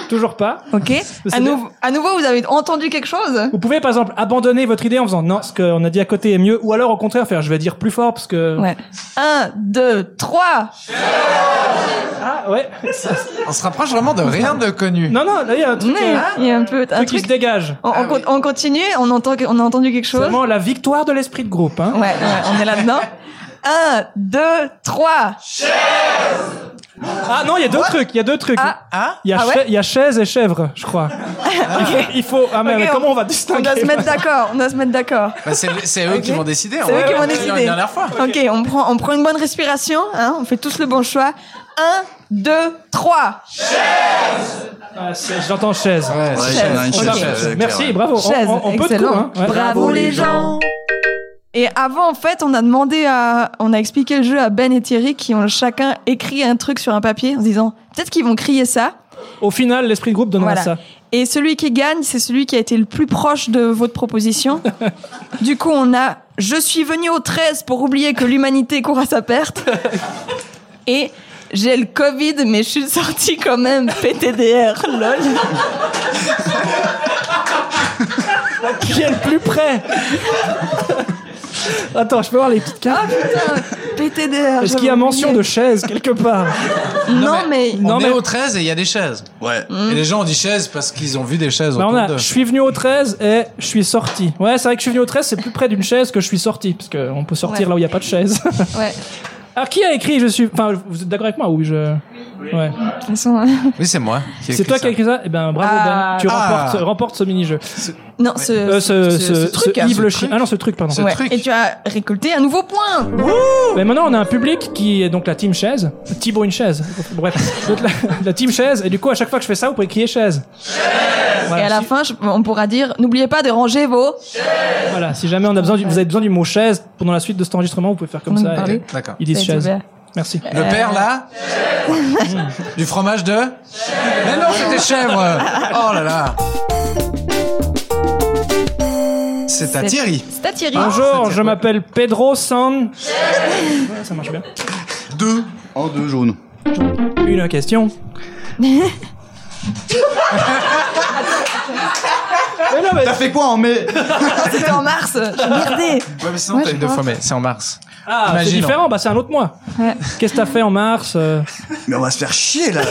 [SPEAKER 2] Toujours pas.
[SPEAKER 3] Ok.
[SPEAKER 2] C'est
[SPEAKER 3] À, nou- à nouveau, vous avez entendu quelque chose.
[SPEAKER 2] Vous pouvez, par exemple, abandonner votre idée en faisant non, ce qu'on a dit à côté est mieux. Ou alors, au contraire, faire je vais dire plus fort parce que.
[SPEAKER 3] Ouais. Un, deux, trois.
[SPEAKER 2] Ah, ouais.
[SPEAKER 4] On se rapproche vraiment de rien de connu.
[SPEAKER 2] Non, non, là, il y a un truc,
[SPEAKER 3] Ouais,
[SPEAKER 2] euh,
[SPEAKER 3] Il y a un peu
[SPEAKER 2] un
[SPEAKER 3] un
[SPEAKER 2] truc qui
[SPEAKER 3] truc.
[SPEAKER 2] se dégage.
[SPEAKER 3] On, on con- on continue. On entend, que- on a entendu quelque
[SPEAKER 2] C'est
[SPEAKER 3] chose.
[SPEAKER 2] vraiment la victoire de l'esprit de groupe. Hein.
[SPEAKER 3] Ouais, ouais, on est là-dedans. Un, deux, trois.
[SPEAKER 2] Ah non, il y a deux trucs, il y a deux trucs.
[SPEAKER 3] Ah.
[SPEAKER 4] Ah
[SPEAKER 2] Il y, a
[SPEAKER 3] Ah ouais
[SPEAKER 2] cha- il y a chaise et chèvre, je crois. Il faut- Il faut. Ah, mais,
[SPEAKER 3] Ok,
[SPEAKER 2] mais comment on va
[SPEAKER 3] On
[SPEAKER 2] distinguer
[SPEAKER 3] doit se mettre d'accord. On doit se mettre d'accord.
[SPEAKER 4] Bah, c'est c'est eux qui vont décider.
[SPEAKER 3] C'est
[SPEAKER 4] on-
[SPEAKER 3] eux qui
[SPEAKER 4] on
[SPEAKER 3] vont
[SPEAKER 4] l'a dit
[SPEAKER 3] décider.
[SPEAKER 4] La dernière fois.
[SPEAKER 3] Ok, on prend, on prend une bonne respiration, hein, on fait tous le bon choix. Un, deux, trois.
[SPEAKER 2] Ah, c'est- J'entends chaise.
[SPEAKER 4] Ouais,
[SPEAKER 6] Ouais,
[SPEAKER 4] c'est-
[SPEAKER 6] j'en ai une
[SPEAKER 2] On
[SPEAKER 6] chaise,
[SPEAKER 2] a
[SPEAKER 6] euh,
[SPEAKER 2] chaise.
[SPEAKER 6] claire,
[SPEAKER 2] Merci,
[SPEAKER 6] ouais.
[SPEAKER 2] bravo. On-
[SPEAKER 3] Chaise,
[SPEAKER 2] on, on peut de tout.
[SPEAKER 3] excellent.
[SPEAKER 2] Hein. Ouais.
[SPEAKER 3] Bravo les gens. Et avant, en fait, on a demandé à, on a expliqué le jeu à Ben et Thierry qui ont chacun écrit un truc sur un papier en se disant peut-être qu'ils vont crier ça.
[SPEAKER 2] Au final, l'esprit de groupe donnera
[SPEAKER 3] Voilà.
[SPEAKER 2] ça.
[SPEAKER 3] Et celui qui gagne, c'est celui qui a été le plus proche de votre proposition. du coup, on a Je suis venu au 13 pour oublier que l'humanité court à sa perte. Et j'ai le Covid, mais je suis sorti quand même PTDR, lol.
[SPEAKER 2] Qui est le plus près Attends, je peux voir les petites cartes
[SPEAKER 3] Ah, Putain, PTDR.
[SPEAKER 2] Ah, Est-ce qu'il y a
[SPEAKER 3] j'avais
[SPEAKER 2] mention
[SPEAKER 3] oublié.
[SPEAKER 2] de chaise quelque part
[SPEAKER 3] Non, mais.
[SPEAKER 4] On
[SPEAKER 2] Non,
[SPEAKER 4] est
[SPEAKER 2] mais-
[SPEAKER 4] au 13 et il y a des chaises.
[SPEAKER 6] Ouais.
[SPEAKER 2] Mm.
[SPEAKER 4] Et les gens ont dit chaises parce qu'ils ont vu des chaises
[SPEAKER 2] Bah,
[SPEAKER 4] autour
[SPEAKER 2] on a,
[SPEAKER 4] d'eux.
[SPEAKER 2] je suis venu au 13 et je suis sorti. Ouais, c'est vrai que je suis venu au 13, c'est plus près d'une chaise que je suis sorti, parce qu'on peut sortir
[SPEAKER 3] Ouais.
[SPEAKER 2] là où il n'y a pas de chaise.
[SPEAKER 3] Ouais.
[SPEAKER 2] Alors, qui a écrit Je suis. Enfin, vous êtes d'accord avec moi Oui, je. Ouais.
[SPEAKER 3] De toute façon, euh,
[SPEAKER 4] Oui, c'est moi. qui ai
[SPEAKER 2] C'est
[SPEAKER 4] écrit
[SPEAKER 2] toi
[SPEAKER 4] ça.
[SPEAKER 2] qui as écrit ça Eh ben, bravo,
[SPEAKER 3] Ah.
[SPEAKER 2] Dan. Tu
[SPEAKER 4] Ah.
[SPEAKER 2] remportes, remportes ce mini-jeu.
[SPEAKER 3] Non, ce,
[SPEAKER 2] Euh, ce,
[SPEAKER 3] ce- ce truc.
[SPEAKER 2] Yves
[SPEAKER 3] hein.
[SPEAKER 2] le chien. Ah non, ce truc, pardon.
[SPEAKER 4] Ce
[SPEAKER 3] Ouais.
[SPEAKER 4] truc.
[SPEAKER 3] Et tu as récolté un nouveau point.
[SPEAKER 2] Mais maintenant, on a un public qui est donc la team chaise. Thibaut, une chaise. Bref. Donc, la, la team chaise. Et du coup, à chaque fois que je fais ça, vous pouvez crier chaise. Voilà,
[SPEAKER 3] et à la
[SPEAKER 2] si,
[SPEAKER 3] fin, je- on pourra dire n'oubliez pas de ranger vos.
[SPEAKER 2] voilà, si jamais on a besoin du, vous avez besoin du mot chaise pendant la suite de cet enregistrement, vous pouvez faire comme
[SPEAKER 3] Vous
[SPEAKER 2] ça. euh,
[SPEAKER 3] nous parlez
[SPEAKER 2] Et,
[SPEAKER 4] D'accord.
[SPEAKER 2] ils disent
[SPEAKER 3] C'est
[SPEAKER 2] chaise.
[SPEAKER 3] super.
[SPEAKER 2] Merci.
[SPEAKER 4] Le père, là Du fromage de Mais non, c'était chèvre Oh là là C'est à Thierry.
[SPEAKER 3] C'est à Thierry.
[SPEAKER 2] Bonjour, je m'appelle Pedro San. Ouais, ça marche bien.
[SPEAKER 6] Deux. En deux jaunes.
[SPEAKER 2] Une question.
[SPEAKER 6] T'as fait quoi en mai
[SPEAKER 3] C'était en mars. Je merdais.
[SPEAKER 4] Ouais, mais sinon,
[SPEAKER 3] Ouais,
[SPEAKER 4] t'as
[SPEAKER 3] je
[SPEAKER 4] eu deux
[SPEAKER 3] vois.
[SPEAKER 4] fois, mais c'est en mars.
[SPEAKER 2] Ah, c'est
[SPEAKER 4] Imaginons.
[SPEAKER 2] différent, bah c'est un autre mois.
[SPEAKER 3] Ouais.
[SPEAKER 2] Qu'est-ce que t'as fait en mars euh
[SPEAKER 6] Mais on va se faire chier là.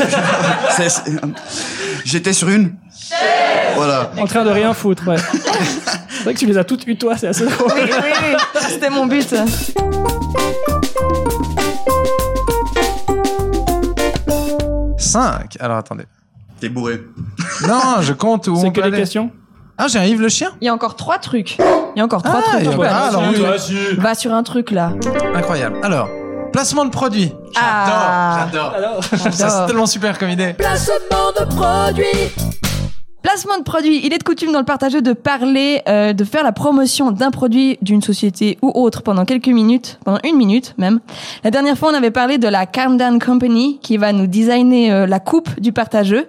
[SPEAKER 6] C'est- c'est- J'étais sur une. Voilà.
[SPEAKER 2] En train de rien foutre, ouais. c'est vrai que tu les as toutes eues, toi, c'est assez drôle.
[SPEAKER 3] Oui, oui, oui. C'était mon but.
[SPEAKER 4] Cinq. Alors, attendez.
[SPEAKER 6] T'es bourré.
[SPEAKER 4] Non, je compte où on
[SPEAKER 2] C'est que
[SPEAKER 4] peut
[SPEAKER 2] des
[SPEAKER 4] aller.
[SPEAKER 2] questions
[SPEAKER 4] Ah, j'ai un Yves le chien
[SPEAKER 3] Il y a encore trois trucs. Il y a encore trois
[SPEAKER 4] Ah,
[SPEAKER 3] trucs.
[SPEAKER 4] il y a
[SPEAKER 3] on peut
[SPEAKER 4] encore-
[SPEAKER 3] aller
[SPEAKER 4] ah,
[SPEAKER 3] sur
[SPEAKER 4] alors
[SPEAKER 3] un
[SPEAKER 4] oui,
[SPEAKER 3] truc.
[SPEAKER 4] vas-y.
[SPEAKER 3] Va sur un truc là.
[SPEAKER 4] Incroyable. Alors, placement de produit.
[SPEAKER 3] Ah.
[SPEAKER 4] J'adore.
[SPEAKER 2] Alors
[SPEAKER 4] J'adore. Ça, c'est
[SPEAKER 3] J'adore.
[SPEAKER 4] tellement super comme idée.
[SPEAKER 1] Placement de produit.
[SPEAKER 3] Placement de produit. Il est de coutume dans le partageux de parler, euh, de faire la promotion d'un produit, d'une société ou autre pendant quelques minutes, pendant une minute même. La dernière fois, on avait parlé de la Calm Down Company qui va nous designer euh, la coupe du partageux.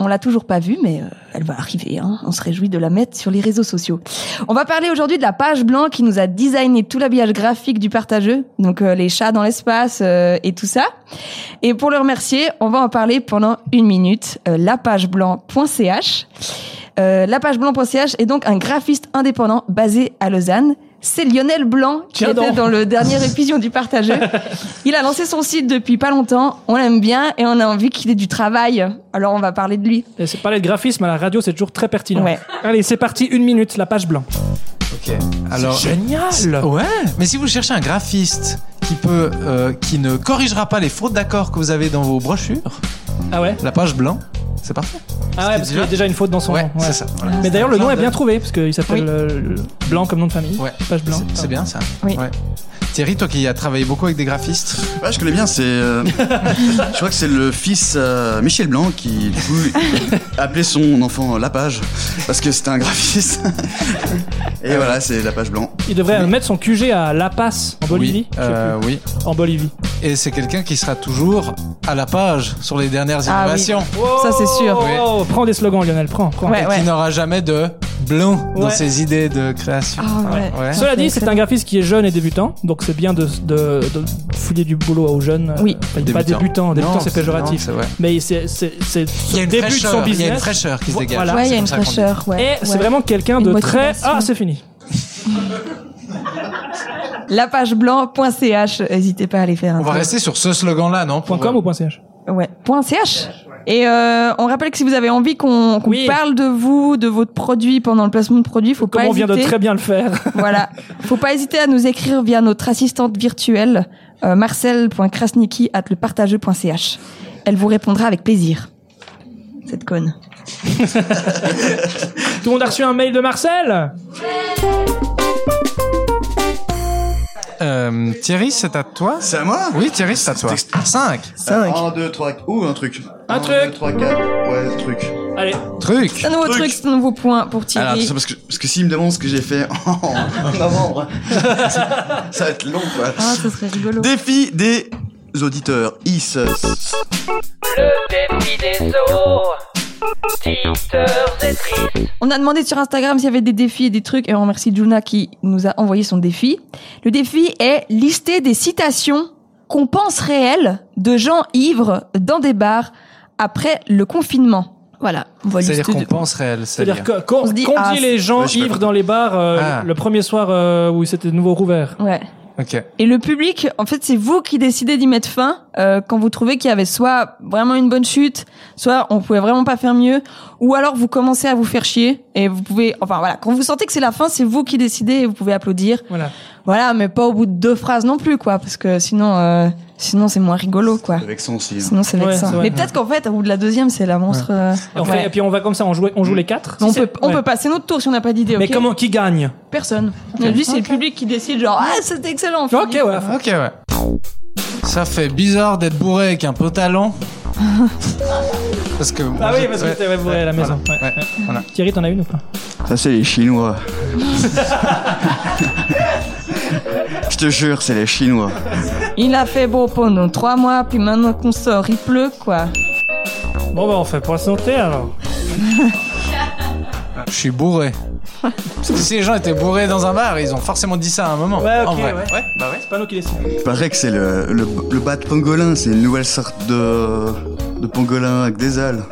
[SPEAKER 3] On l'a toujours pas vue, mais euh, elle va arriver. hein. On se réjouit de la mettre sur les réseaux sociaux. On va parler aujourd'hui de la page blanche qui nous a designé tout l'habillage graphique du partageux, donc euh, les chats dans l'espace euh, et tout ça. Et pour le remercier, on va en parler pendant une minute. Euh, lapageblanc.ch. Euh, lapageblanc.ch est donc un graphiste indépendant basé à Lausanne. C'est Lionel Blanc qui
[SPEAKER 2] Tiens
[SPEAKER 3] était
[SPEAKER 2] donc.
[SPEAKER 3] dans le dernier épisode du partageux. Il a lancé son site depuis pas longtemps. On l'aime bien et on a envie qu'il ait du travail. Alors on va parler de lui.
[SPEAKER 2] Et c'est parler de graphisme à la radio, c'est toujours très pertinent.
[SPEAKER 3] Ouais.
[SPEAKER 2] Allez, c'est parti, une minute, la page blanche.
[SPEAKER 4] Ok. Alors,
[SPEAKER 2] Génial
[SPEAKER 4] Ouais, mais si vous cherchez un graphiste qui peut, euh, qui ne corrigera pas les fautes d'accord que vous avez dans vos brochures,
[SPEAKER 2] Ah ouais
[SPEAKER 4] la page blanc, c'est parfait.
[SPEAKER 2] Ah ouais, parce qu'il y a déjà une faute dans son
[SPEAKER 4] Ouais,
[SPEAKER 2] nom. ouais.
[SPEAKER 4] c'est ça. voilà.
[SPEAKER 2] Mais d'ailleurs, le nom
[SPEAKER 4] Genre
[SPEAKER 2] est
[SPEAKER 4] de-
[SPEAKER 2] bien trouvé, parce qu'il s'appelle
[SPEAKER 4] Oui.
[SPEAKER 2] euh, Blanc comme nom de famille.
[SPEAKER 4] Ouais.
[SPEAKER 2] Page Blanc.
[SPEAKER 4] C'est- C'est bien ça.
[SPEAKER 3] Oui.
[SPEAKER 4] Ouais. Thierry, toi qui as travaillé beaucoup avec des graphistes,
[SPEAKER 6] Ouais, je connais bien, c'est. euh, je crois que c'est le fils euh, Michel Blanc qui, du coup, appelait son enfant La Page, parce que c'était un graphiste. Et voilà, c'est La Page Blanc.
[SPEAKER 2] Il devrait mettre son QG à La Passe, en Bolivie.
[SPEAKER 4] oui,
[SPEAKER 2] je sais
[SPEAKER 4] euh, oui,
[SPEAKER 2] plus. En Bolivie.
[SPEAKER 4] et c'est quelqu'un qui sera toujours à la page sur les dernières
[SPEAKER 3] Ah oui.
[SPEAKER 4] innovations.
[SPEAKER 3] Ça, c'est sûr.
[SPEAKER 2] Oh, Prends des slogans, Lionel, prends. prends.
[SPEAKER 3] Ouais, ouais.
[SPEAKER 4] Qui n'aura jamais de blanc dans
[SPEAKER 2] Ouais.
[SPEAKER 4] ses idées de création.
[SPEAKER 3] Ah ouais.
[SPEAKER 2] Cela dit,
[SPEAKER 3] C'est
[SPEAKER 2] c'est un graphiste qui est jeune et débutant, donc c'est bien de, de, de fouiller du boulot aux jeunes.
[SPEAKER 3] Oui.
[SPEAKER 2] Enfin, pas débutant, débutant
[SPEAKER 4] Non,
[SPEAKER 2] c'est péjoratif.
[SPEAKER 4] non, c'est vrai.
[SPEAKER 2] Mais c'est c'est- c'est
[SPEAKER 4] Il
[SPEAKER 2] ce
[SPEAKER 4] y a une
[SPEAKER 2] début de
[SPEAKER 4] fraîcheur,
[SPEAKER 2] son
[SPEAKER 4] il y a une
[SPEAKER 2] business.
[SPEAKER 4] fraîcheur qui se
[SPEAKER 2] Vo-
[SPEAKER 4] dégage.
[SPEAKER 2] voilà.
[SPEAKER 3] Ouais, il y a une
[SPEAKER 4] comme ça qu'on dit.
[SPEAKER 3] fraîcheur.
[SPEAKER 2] Et
[SPEAKER 3] Ouais,
[SPEAKER 2] c'est
[SPEAKER 3] ouais.
[SPEAKER 2] vraiment quelqu'un
[SPEAKER 3] Une
[SPEAKER 2] de très.
[SPEAKER 3] motivation.
[SPEAKER 2] Ah, c'est fini.
[SPEAKER 3] Lapageblanc.ch. N'hésitez pas à aller faire un
[SPEAKER 4] On va
[SPEAKER 3] tour.
[SPEAKER 4] rester sur ce slogan-là, non pour- euh,
[SPEAKER 2] Point .com ou point .ch
[SPEAKER 3] Ouais. Point .ch. Et euh, on rappelle que si vous avez envie qu'on qu'on
[SPEAKER 2] Oui.
[SPEAKER 3] parle de vous, de votre produit pendant le placement de produit, faut
[SPEAKER 2] Comme
[SPEAKER 3] pas
[SPEAKER 2] on vient de
[SPEAKER 3] hésiter.
[SPEAKER 2] très bien le faire.
[SPEAKER 3] Voilà. Faut pas hésiter à nous écrire via notre assistante virtuelle euh, marcel.krasniki@lepartageux.ch. Elle vous répondra avec plaisir. Cette conne.
[SPEAKER 2] Tout le monde a reçu un mail de Marcel
[SPEAKER 4] Euh, Thierry, c'est à toi
[SPEAKER 6] C'est à moi
[SPEAKER 4] Oui, Thierry, c'est à toi. Euh,
[SPEAKER 6] C'est-
[SPEAKER 4] 5.
[SPEAKER 6] 1, 2, 3, ou un truc.
[SPEAKER 2] Un
[SPEAKER 6] Un,
[SPEAKER 2] truc.
[SPEAKER 6] deux, trois, quatre. Ouais, un truc.
[SPEAKER 2] Allez,
[SPEAKER 4] Truc.
[SPEAKER 2] Euh,
[SPEAKER 3] C'est un nouveau
[SPEAKER 6] Truc.
[SPEAKER 3] truc, c'est un nouveau point pour
[SPEAKER 6] Alors,
[SPEAKER 3] Thierry.
[SPEAKER 6] attention, parce que, parce que s'il me demande ce que j'ai fait en novembre, ça va être long, quoi.
[SPEAKER 3] Ah, ce serait rigolo.
[SPEAKER 6] Défi des auditeurs. Is.
[SPEAKER 1] Le défi des eaux. Auditeurs et tristes.
[SPEAKER 3] On a demandé sur Instagram s'il y avait des défis et des trucs, et on remercie Juna qui nous a envoyé son défi. Le défi est lister des citations qu'on pense réelles de gens ivres dans des bars après le confinement. Voilà, on va
[SPEAKER 4] C'est-à-dire
[SPEAKER 3] lister
[SPEAKER 4] qu'on
[SPEAKER 3] de-
[SPEAKER 4] pense réel.
[SPEAKER 2] c'est-à-dire
[SPEAKER 4] C'est-à-dire
[SPEAKER 2] que- qu'on
[SPEAKER 3] On se
[SPEAKER 2] qu'on
[SPEAKER 3] dit,
[SPEAKER 2] dit,
[SPEAKER 3] ah,
[SPEAKER 2] les gens
[SPEAKER 6] Ouais, je sais pas
[SPEAKER 2] ivres
[SPEAKER 6] quoi.
[SPEAKER 2] dans les bars euh,
[SPEAKER 4] Ah.
[SPEAKER 2] le premier soir euh, où c'était de nouveau rouvert.
[SPEAKER 3] Ouais.
[SPEAKER 4] Ok.
[SPEAKER 3] Et le public, en fait, c'est vous qui décidez d'y mettre fin euh, quand vous trouvez qu'il y avait soit vraiment une bonne chute, soit on pouvait vraiment pas faire mieux, ou alors vous commencez à vous faire chier et vous pouvez, enfin voilà, quand vous sentez que c'est la fin, c'est vous qui décidez et vous pouvez applaudir.
[SPEAKER 2] Voilà.
[SPEAKER 3] Voilà, mais pas au bout de deux phrases non plus, quoi, parce que sinon, euh, sinon c'est moins rigolo, quoi.
[SPEAKER 6] Avec son aussi. hein.
[SPEAKER 3] Sinon c'est
[SPEAKER 2] Ouais,
[SPEAKER 3] vexant.
[SPEAKER 2] c'est vrai.
[SPEAKER 3] mais peut-être qu'en fait, au bout de la deuxième, c'est la monstre. euh,
[SPEAKER 2] Et, on
[SPEAKER 3] ouais.
[SPEAKER 2] fait- et puis on va comme ça, on joue, on
[SPEAKER 4] Mm.
[SPEAKER 2] joue les quatre.
[SPEAKER 3] on
[SPEAKER 2] Si
[SPEAKER 3] peut,
[SPEAKER 2] c'est-
[SPEAKER 3] on
[SPEAKER 2] ouais.
[SPEAKER 3] peut passer notre tour si on n'a pas d'idée.
[SPEAKER 2] Mais
[SPEAKER 3] ok
[SPEAKER 2] comment qui gagne
[SPEAKER 3] Personne. Lui, c'est le public qui décide, genre, ah, c'était excellent. on
[SPEAKER 2] Ok,
[SPEAKER 3] finit.
[SPEAKER 2] ouais.
[SPEAKER 4] Ok, ouais. Ça fait bizarre d'être bourré avec un peu talent. parce que.
[SPEAKER 2] Ah oui, parce que
[SPEAKER 4] ouais.
[SPEAKER 2] t'avais bourré à la maison.
[SPEAKER 4] Ouais,
[SPEAKER 2] Ouais.
[SPEAKER 4] voilà.
[SPEAKER 2] Thierry, t'en as une ou pas
[SPEAKER 6] Ça, c'est les Chinois. Je te jure, c'est les Chinois.
[SPEAKER 3] Il a fait beau pendant trois mois, puis maintenant qu'on sort, il pleut, quoi.
[SPEAKER 2] Bon, bah, on fait pour la santé alors.
[SPEAKER 4] Je suis bourré. si les gens étaient bourrés dans un bar, ils ont forcément dit ça à un moment.
[SPEAKER 2] Ouais, ok,
[SPEAKER 4] en vrai.
[SPEAKER 2] ouais.
[SPEAKER 4] bah ouais.
[SPEAKER 2] C'est pas nous qui les
[SPEAKER 6] Il paraît que c'est le, le, le bat de pangolin, c'est une nouvelle sorte de, de pangolin avec des ailes.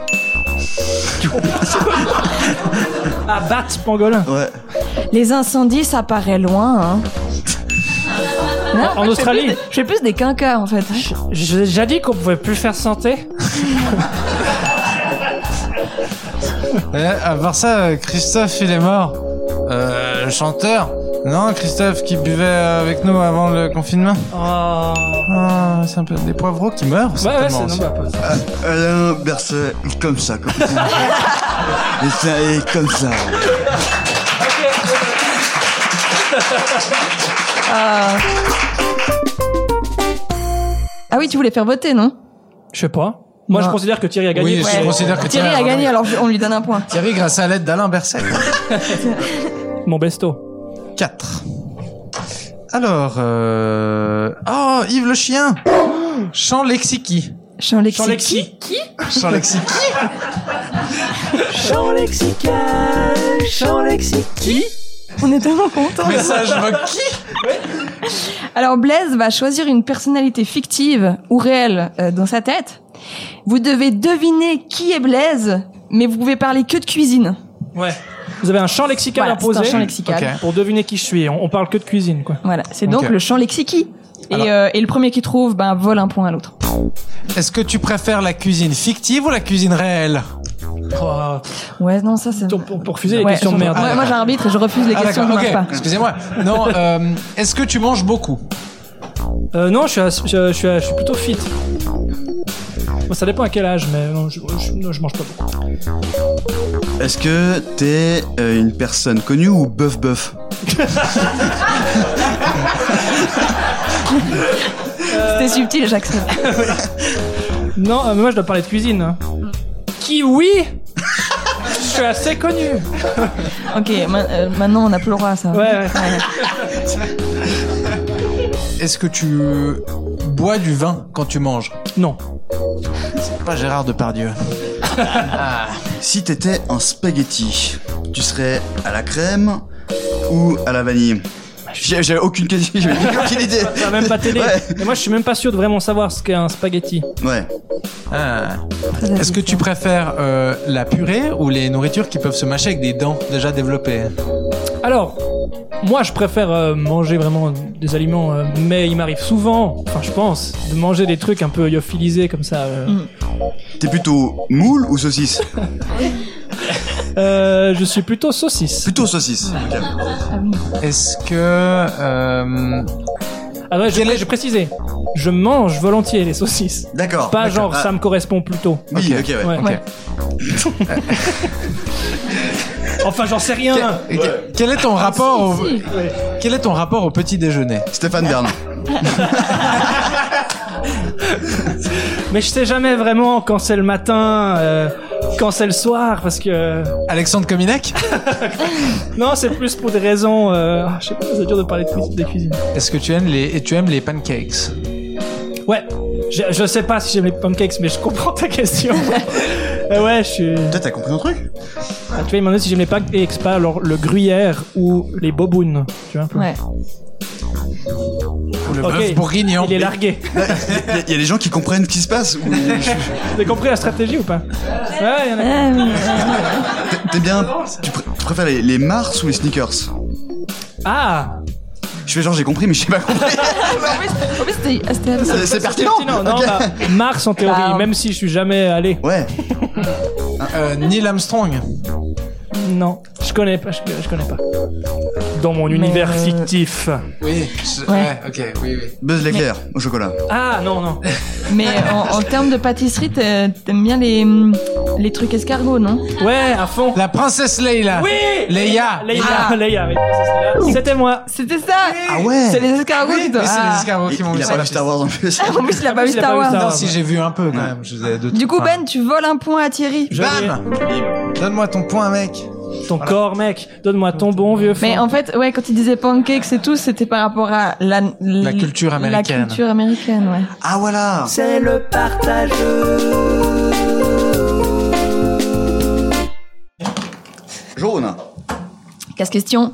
[SPEAKER 2] Ah, bat, pangolin.
[SPEAKER 6] Ouais.
[SPEAKER 3] Les incendies, ça paraît loin. hein. Non,
[SPEAKER 2] Ah, En
[SPEAKER 3] Ah, je fais
[SPEAKER 2] Australie.
[SPEAKER 3] plus des- Je fais plus des quinquas en fait.
[SPEAKER 2] J'ai déjà dit qu'on pouvait plus faire santé.
[SPEAKER 4] Euh, à part ça, euh, Christophe, il est mort. Euh, le chanteur Non, Christophe qui buvait euh, avec nous avant le confinement.
[SPEAKER 2] Oh.
[SPEAKER 4] Ah, c'est un peu des poivrons qui meurent.
[SPEAKER 2] Ouais, ouais, c'est
[SPEAKER 4] certainement aussi.
[SPEAKER 2] normal.
[SPEAKER 6] Alain Berset, comme ça, comme ça. Et ça est comme ça.
[SPEAKER 3] Ah. Ah oui, tu voulais faire voter, non
[SPEAKER 2] Je sais pas. Moi,
[SPEAKER 3] Non.
[SPEAKER 2] je considère que Thierry a gagné.
[SPEAKER 4] Oui, je
[SPEAKER 3] Ouais.
[SPEAKER 4] considère que
[SPEAKER 3] Thierry a gagné, alors je- on lui donne un point.
[SPEAKER 4] Thierry, grâce à l'aide d'Alain Berset.
[SPEAKER 2] Mon besto.
[SPEAKER 4] 4. Alors, euh... Oh, Yves le chien Chant lexiki.
[SPEAKER 3] Jean
[SPEAKER 2] Jean
[SPEAKER 3] Lexi.
[SPEAKER 2] Lexi.
[SPEAKER 4] Chant lexiki.
[SPEAKER 1] Champ lexical, champ lexical.
[SPEAKER 3] On est tellement contents.
[SPEAKER 4] Message qui
[SPEAKER 3] Alors Blaise va choisir une personnalité fictive ou réelle euh, dans sa tête. Vous devez deviner qui est Blaise, mais vous pouvez parler que de cuisine.
[SPEAKER 2] Ouais. Vous avez un champ lexical
[SPEAKER 3] Voilà, c'est
[SPEAKER 2] imposé
[SPEAKER 3] un champ lexical.
[SPEAKER 4] Ok.
[SPEAKER 2] pour deviner qui je suis. On, on parle que de cuisine, quoi.
[SPEAKER 3] Voilà, c'est
[SPEAKER 4] Ok.
[SPEAKER 3] donc le champ lexiqui. Et,
[SPEAKER 4] Alors-
[SPEAKER 3] euh, et le premier qui trouve, ben vole un point à l'autre.
[SPEAKER 4] Est-ce que tu préfères la cuisine fictive ou la cuisine réelle
[SPEAKER 2] Oh,
[SPEAKER 3] Ouais, non, ça c'est.
[SPEAKER 2] on, on peut refuser les
[SPEAKER 3] Ouais,
[SPEAKER 2] questions de
[SPEAKER 3] surtout- Ah,
[SPEAKER 2] merde.
[SPEAKER 3] Ouais, moi j'arbitre et je refuse les
[SPEAKER 4] Ah
[SPEAKER 3] questions qui
[SPEAKER 4] d'accord, ok.
[SPEAKER 3] marchent pas.
[SPEAKER 4] Excusez-moi. Non, euh, est-ce que tu manges beaucoup
[SPEAKER 2] Euh, non, je suis, ass- je, je suis, je suis plutôt fit. Bon, ça dépend à quel âge, mais non, je, je- non, je mange pas beaucoup.
[SPEAKER 6] Est-ce que t'es euh, une personne connue ou bœuf bœuf
[SPEAKER 3] C'était subtil, j'accepte.
[SPEAKER 2] Non, euh, mais moi je dois parler de cuisine. hein. Kiwi Je suis assez connu.
[SPEAKER 3] ok, ma- euh, maintenant on a plus le droit à ça.
[SPEAKER 2] Ouais, ouais.
[SPEAKER 4] Est-ce que tu bois du vin quand tu manges
[SPEAKER 2] Non.
[SPEAKER 4] Pas Gérard Depardieu.
[SPEAKER 6] Si t'étais un spaghetti, tu serais à la crème ou à la vanille J'ai j'ai aucune question, j'ai aucune idée.
[SPEAKER 2] Ça va Bah, même pas t'aider.
[SPEAKER 6] Ouais.
[SPEAKER 2] Et moi je suis même pas sûr de vraiment savoir ce qu'est un spaghetti.
[SPEAKER 6] Ouais.
[SPEAKER 4] Ah.
[SPEAKER 3] Très
[SPEAKER 4] Est-ce que tu préfères euh, la purée ou les nourritures qui peuvent se mâcher avec des dents déjà développées
[SPEAKER 2] Alors, moi je préfère euh, manger vraiment des aliments, euh, mais il m'arrive souvent, enfin je pense, de manger des trucs un peu lyophilisés comme ça. euh.
[SPEAKER 3] Mm.
[SPEAKER 6] T'es plutôt moule ou saucisse
[SPEAKER 2] Euh, je suis plutôt saucisse.
[SPEAKER 6] Plutôt saucisse. Ok.
[SPEAKER 4] Est-ce que euh,
[SPEAKER 2] Ah ouais, je,
[SPEAKER 4] Quel est-
[SPEAKER 2] j'ai précisé. Je mange volontiers les saucisses.
[SPEAKER 6] D'accord.
[SPEAKER 2] Pas
[SPEAKER 6] d'accord.
[SPEAKER 2] genre
[SPEAKER 6] Ah,
[SPEAKER 2] ça me correspond plutôt.
[SPEAKER 6] Oui, ok, ouais.
[SPEAKER 2] Ouais.
[SPEAKER 4] Ok.
[SPEAKER 2] Enfin, j'en sais
[SPEAKER 4] que-
[SPEAKER 2] rien.
[SPEAKER 4] que- quel est ton
[SPEAKER 2] Ah,
[SPEAKER 4] rapport au quel est ton rapport au petit déjeuner
[SPEAKER 6] Stéphane Bern.
[SPEAKER 2] Mais je sais jamais vraiment quand c'est le matin, euh, quand c'est le soir, parce que
[SPEAKER 4] Alexandre Cominac
[SPEAKER 2] non, c'est plus pour des raisons. euh, ah, je sais pas, c'est dur de parler de cuisine, des cuisines.
[SPEAKER 4] Est-ce que tu aimes les et tu aimes les pancakes
[SPEAKER 2] Ouais, je, je sais pas si j'aime les pancakes, mais je comprends ta question. Euh, ouais, je suis.
[SPEAKER 6] Toi, t'as compris un truc
[SPEAKER 2] Ah, tu vas demander si j'aime les pancakes, pas alors le gruyère ou les bobounes. Tu vois un peu.
[SPEAKER 3] Ouais.
[SPEAKER 4] ou le
[SPEAKER 2] Ok.
[SPEAKER 4] bœuf bourguignon
[SPEAKER 2] Il est largué.
[SPEAKER 6] Il y, a des gens qui comprennent ce qui se passe. ou-
[SPEAKER 2] Vous avez compris la stratégie ou pas Ouais, y en a.
[SPEAKER 6] T'es- T'es bien. Tu, pr- tu préfères les, les Mars ou les sneakers
[SPEAKER 2] Ah,
[SPEAKER 6] Je fais genre j'ai compris mais j'ai pas compris.
[SPEAKER 3] En plus, en plus, c'était- ah, c'était-
[SPEAKER 6] C'est- C'est pertinent.
[SPEAKER 2] pertinent, non
[SPEAKER 6] Ok.
[SPEAKER 2] bah, Mars en théorie,
[SPEAKER 3] Bah,
[SPEAKER 2] même si je suis jamais allé.
[SPEAKER 6] Ouais.
[SPEAKER 4] Euh, Neil Armstrong
[SPEAKER 2] Non, je connais pas, je, je connais pas. Dans mon univers
[SPEAKER 3] euh,
[SPEAKER 2] fictif.
[SPEAKER 4] Oui
[SPEAKER 3] Ouais.
[SPEAKER 4] ok oui oui
[SPEAKER 6] Buzz l'éclair au chocolat.
[SPEAKER 2] Ah non, non.
[SPEAKER 3] Mais en, en termes de pâtisserie, t'es- t'aimes bien les, les trucs escargots, non
[SPEAKER 2] Ouais, à fond.
[SPEAKER 4] la princesse Leila
[SPEAKER 2] Oui
[SPEAKER 4] Leia
[SPEAKER 2] Leia,
[SPEAKER 3] Ah.
[SPEAKER 2] Leia, oui, ça, c'est Leila. C'était moi.
[SPEAKER 3] C'était ça
[SPEAKER 6] Ah ouais.
[SPEAKER 3] C'est les escargots
[SPEAKER 4] Oui,
[SPEAKER 3] qui t'ont-
[SPEAKER 4] mais c'est les
[SPEAKER 3] Ah.
[SPEAKER 4] escargots
[SPEAKER 6] Il,
[SPEAKER 4] qui m'ont
[SPEAKER 6] il a
[SPEAKER 4] laissé
[SPEAKER 6] pas
[SPEAKER 4] la
[SPEAKER 6] vu Star Wars en plus.
[SPEAKER 3] En plus, il a pas
[SPEAKER 2] plus,
[SPEAKER 3] vu
[SPEAKER 2] il a pas vu Star
[SPEAKER 3] Star Wars. hein.
[SPEAKER 4] Non,
[SPEAKER 2] Wars.
[SPEAKER 4] si j'ai vu Ah. un peu quand même. Je vous ai deux,
[SPEAKER 3] Du coup,
[SPEAKER 4] trois.
[SPEAKER 3] Ben, tu voles un point à Thierry.
[SPEAKER 2] Je
[SPEAKER 4] Bam Ah. Donne-moi ton point, mec.
[SPEAKER 2] Ton corps, mec. Donne-moi ton bon vieux
[SPEAKER 3] Mais
[SPEAKER 2] fond.
[SPEAKER 3] en fait, ouais, quand il disait pancakes et tout, c'était par rapport à la,
[SPEAKER 4] La culture américaine.
[SPEAKER 3] La culture américaine, ouais.
[SPEAKER 6] Ah voilà.
[SPEAKER 1] C'est le partage.
[SPEAKER 6] Jaune.
[SPEAKER 3] Casse question.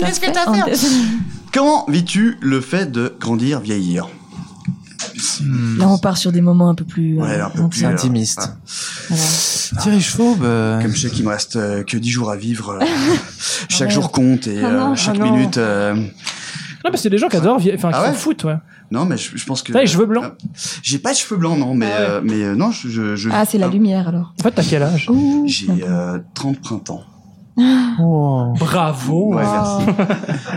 [SPEAKER 3] Qu'est-ce que t'as fait, en deux-
[SPEAKER 6] Comment vis-tu le fait de grandir, vieillir
[SPEAKER 3] Là, on part sur des moments un peu plus. euh,
[SPEAKER 6] Ouais, un peu plus euh,
[SPEAKER 3] intimes.
[SPEAKER 6] intimiste.
[SPEAKER 3] Voilà.
[SPEAKER 6] Thierry Schwab. Comme je sais qu'il me reste euh, que 10 jours à vivre, euh, chaque
[SPEAKER 2] Ah
[SPEAKER 6] jour
[SPEAKER 2] merde.
[SPEAKER 6] compte et
[SPEAKER 2] Ah
[SPEAKER 6] euh,
[SPEAKER 2] non,
[SPEAKER 6] chaque
[SPEAKER 2] ah non.
[SPEAKER 6] minute. euh,
[SPEAKER 2] Non, parce que des gens qui adorent, vie- enfin, qui
[SPEAKER 6] Ah ouais
[SPEAKER 2] s'en foutent, ouais.
[SPEAKER 6] Non, mais je, je pense que.
[SPEAKER 2] T'as les cheveux blancs
[SPEAKER 6] Euh, J'ai pas de cheveux blancs, non,
[SPEAKER 2] Ah
[SPEAKER 6] mais, euh, mais euh, non, je. je, je-
[SPEAKER 3] Ah, c'est la
[SPEAKER 6] euh,
[SPEAKER 3] lumière alors.
[SPEAKER 2] En fait, t'as quel âge
[SPEAKER 6] J'ai euh, 30 printemps.
[SPEAKER 4] Oh.
[SPEAKER 2] Bravo.
[SPEAKER 6] Ouais, merci.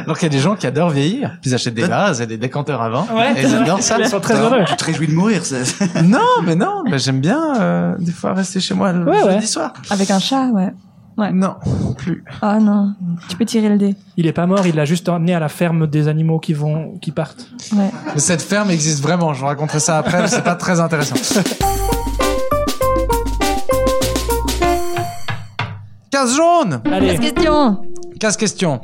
[SPEAKER 4] Alors qu'il y a des gens qui adorent vieillir. Ils achètent des vases et des décanteurs à vin.
[SPEAKER 2] Ouais,
[SPEAKER 4] et
[SPEAKER 2] c'est
[SPEAKER 4] ils
[SPEAKER 2] vrai.
[SPEAKER 4] adorent ça.
[SPEAKER 2] Ils sont très heureux.
[SPEAKER 6] Tu te réjouis de mourir, c'est.
[SPEAKER 4] non, mais non. bah, J'aime bien, euh, des fois, rester chez moi le
[SPEAKER 3] Ouais,
[SPEAKER 4] jeudi
[SPEAKER 3] ouais.
[SPEAKER 4] soir.
[SPEAKER 3] Avec un chat, ouais. ouais.
[SPEAKER 4] Non, plus.
[SPEAKER 3] Ah non, tu peux tirer le dé.
[SPEAKER 2] Il est pas mort, il l'a juste emmené à la ferme des animaux qui vont, qui partent.
[SPEAKER 3] Ouais.
[SPEAKER 4] Mais cette ferme existe vraiment. Je vous raconterai ça après. mais C'est pas très intéressant. Casse jaune
[SPEAKER 2] Allez.
[SPEAKER 3] Casse question.
[SPEAKER 4] 15 questions.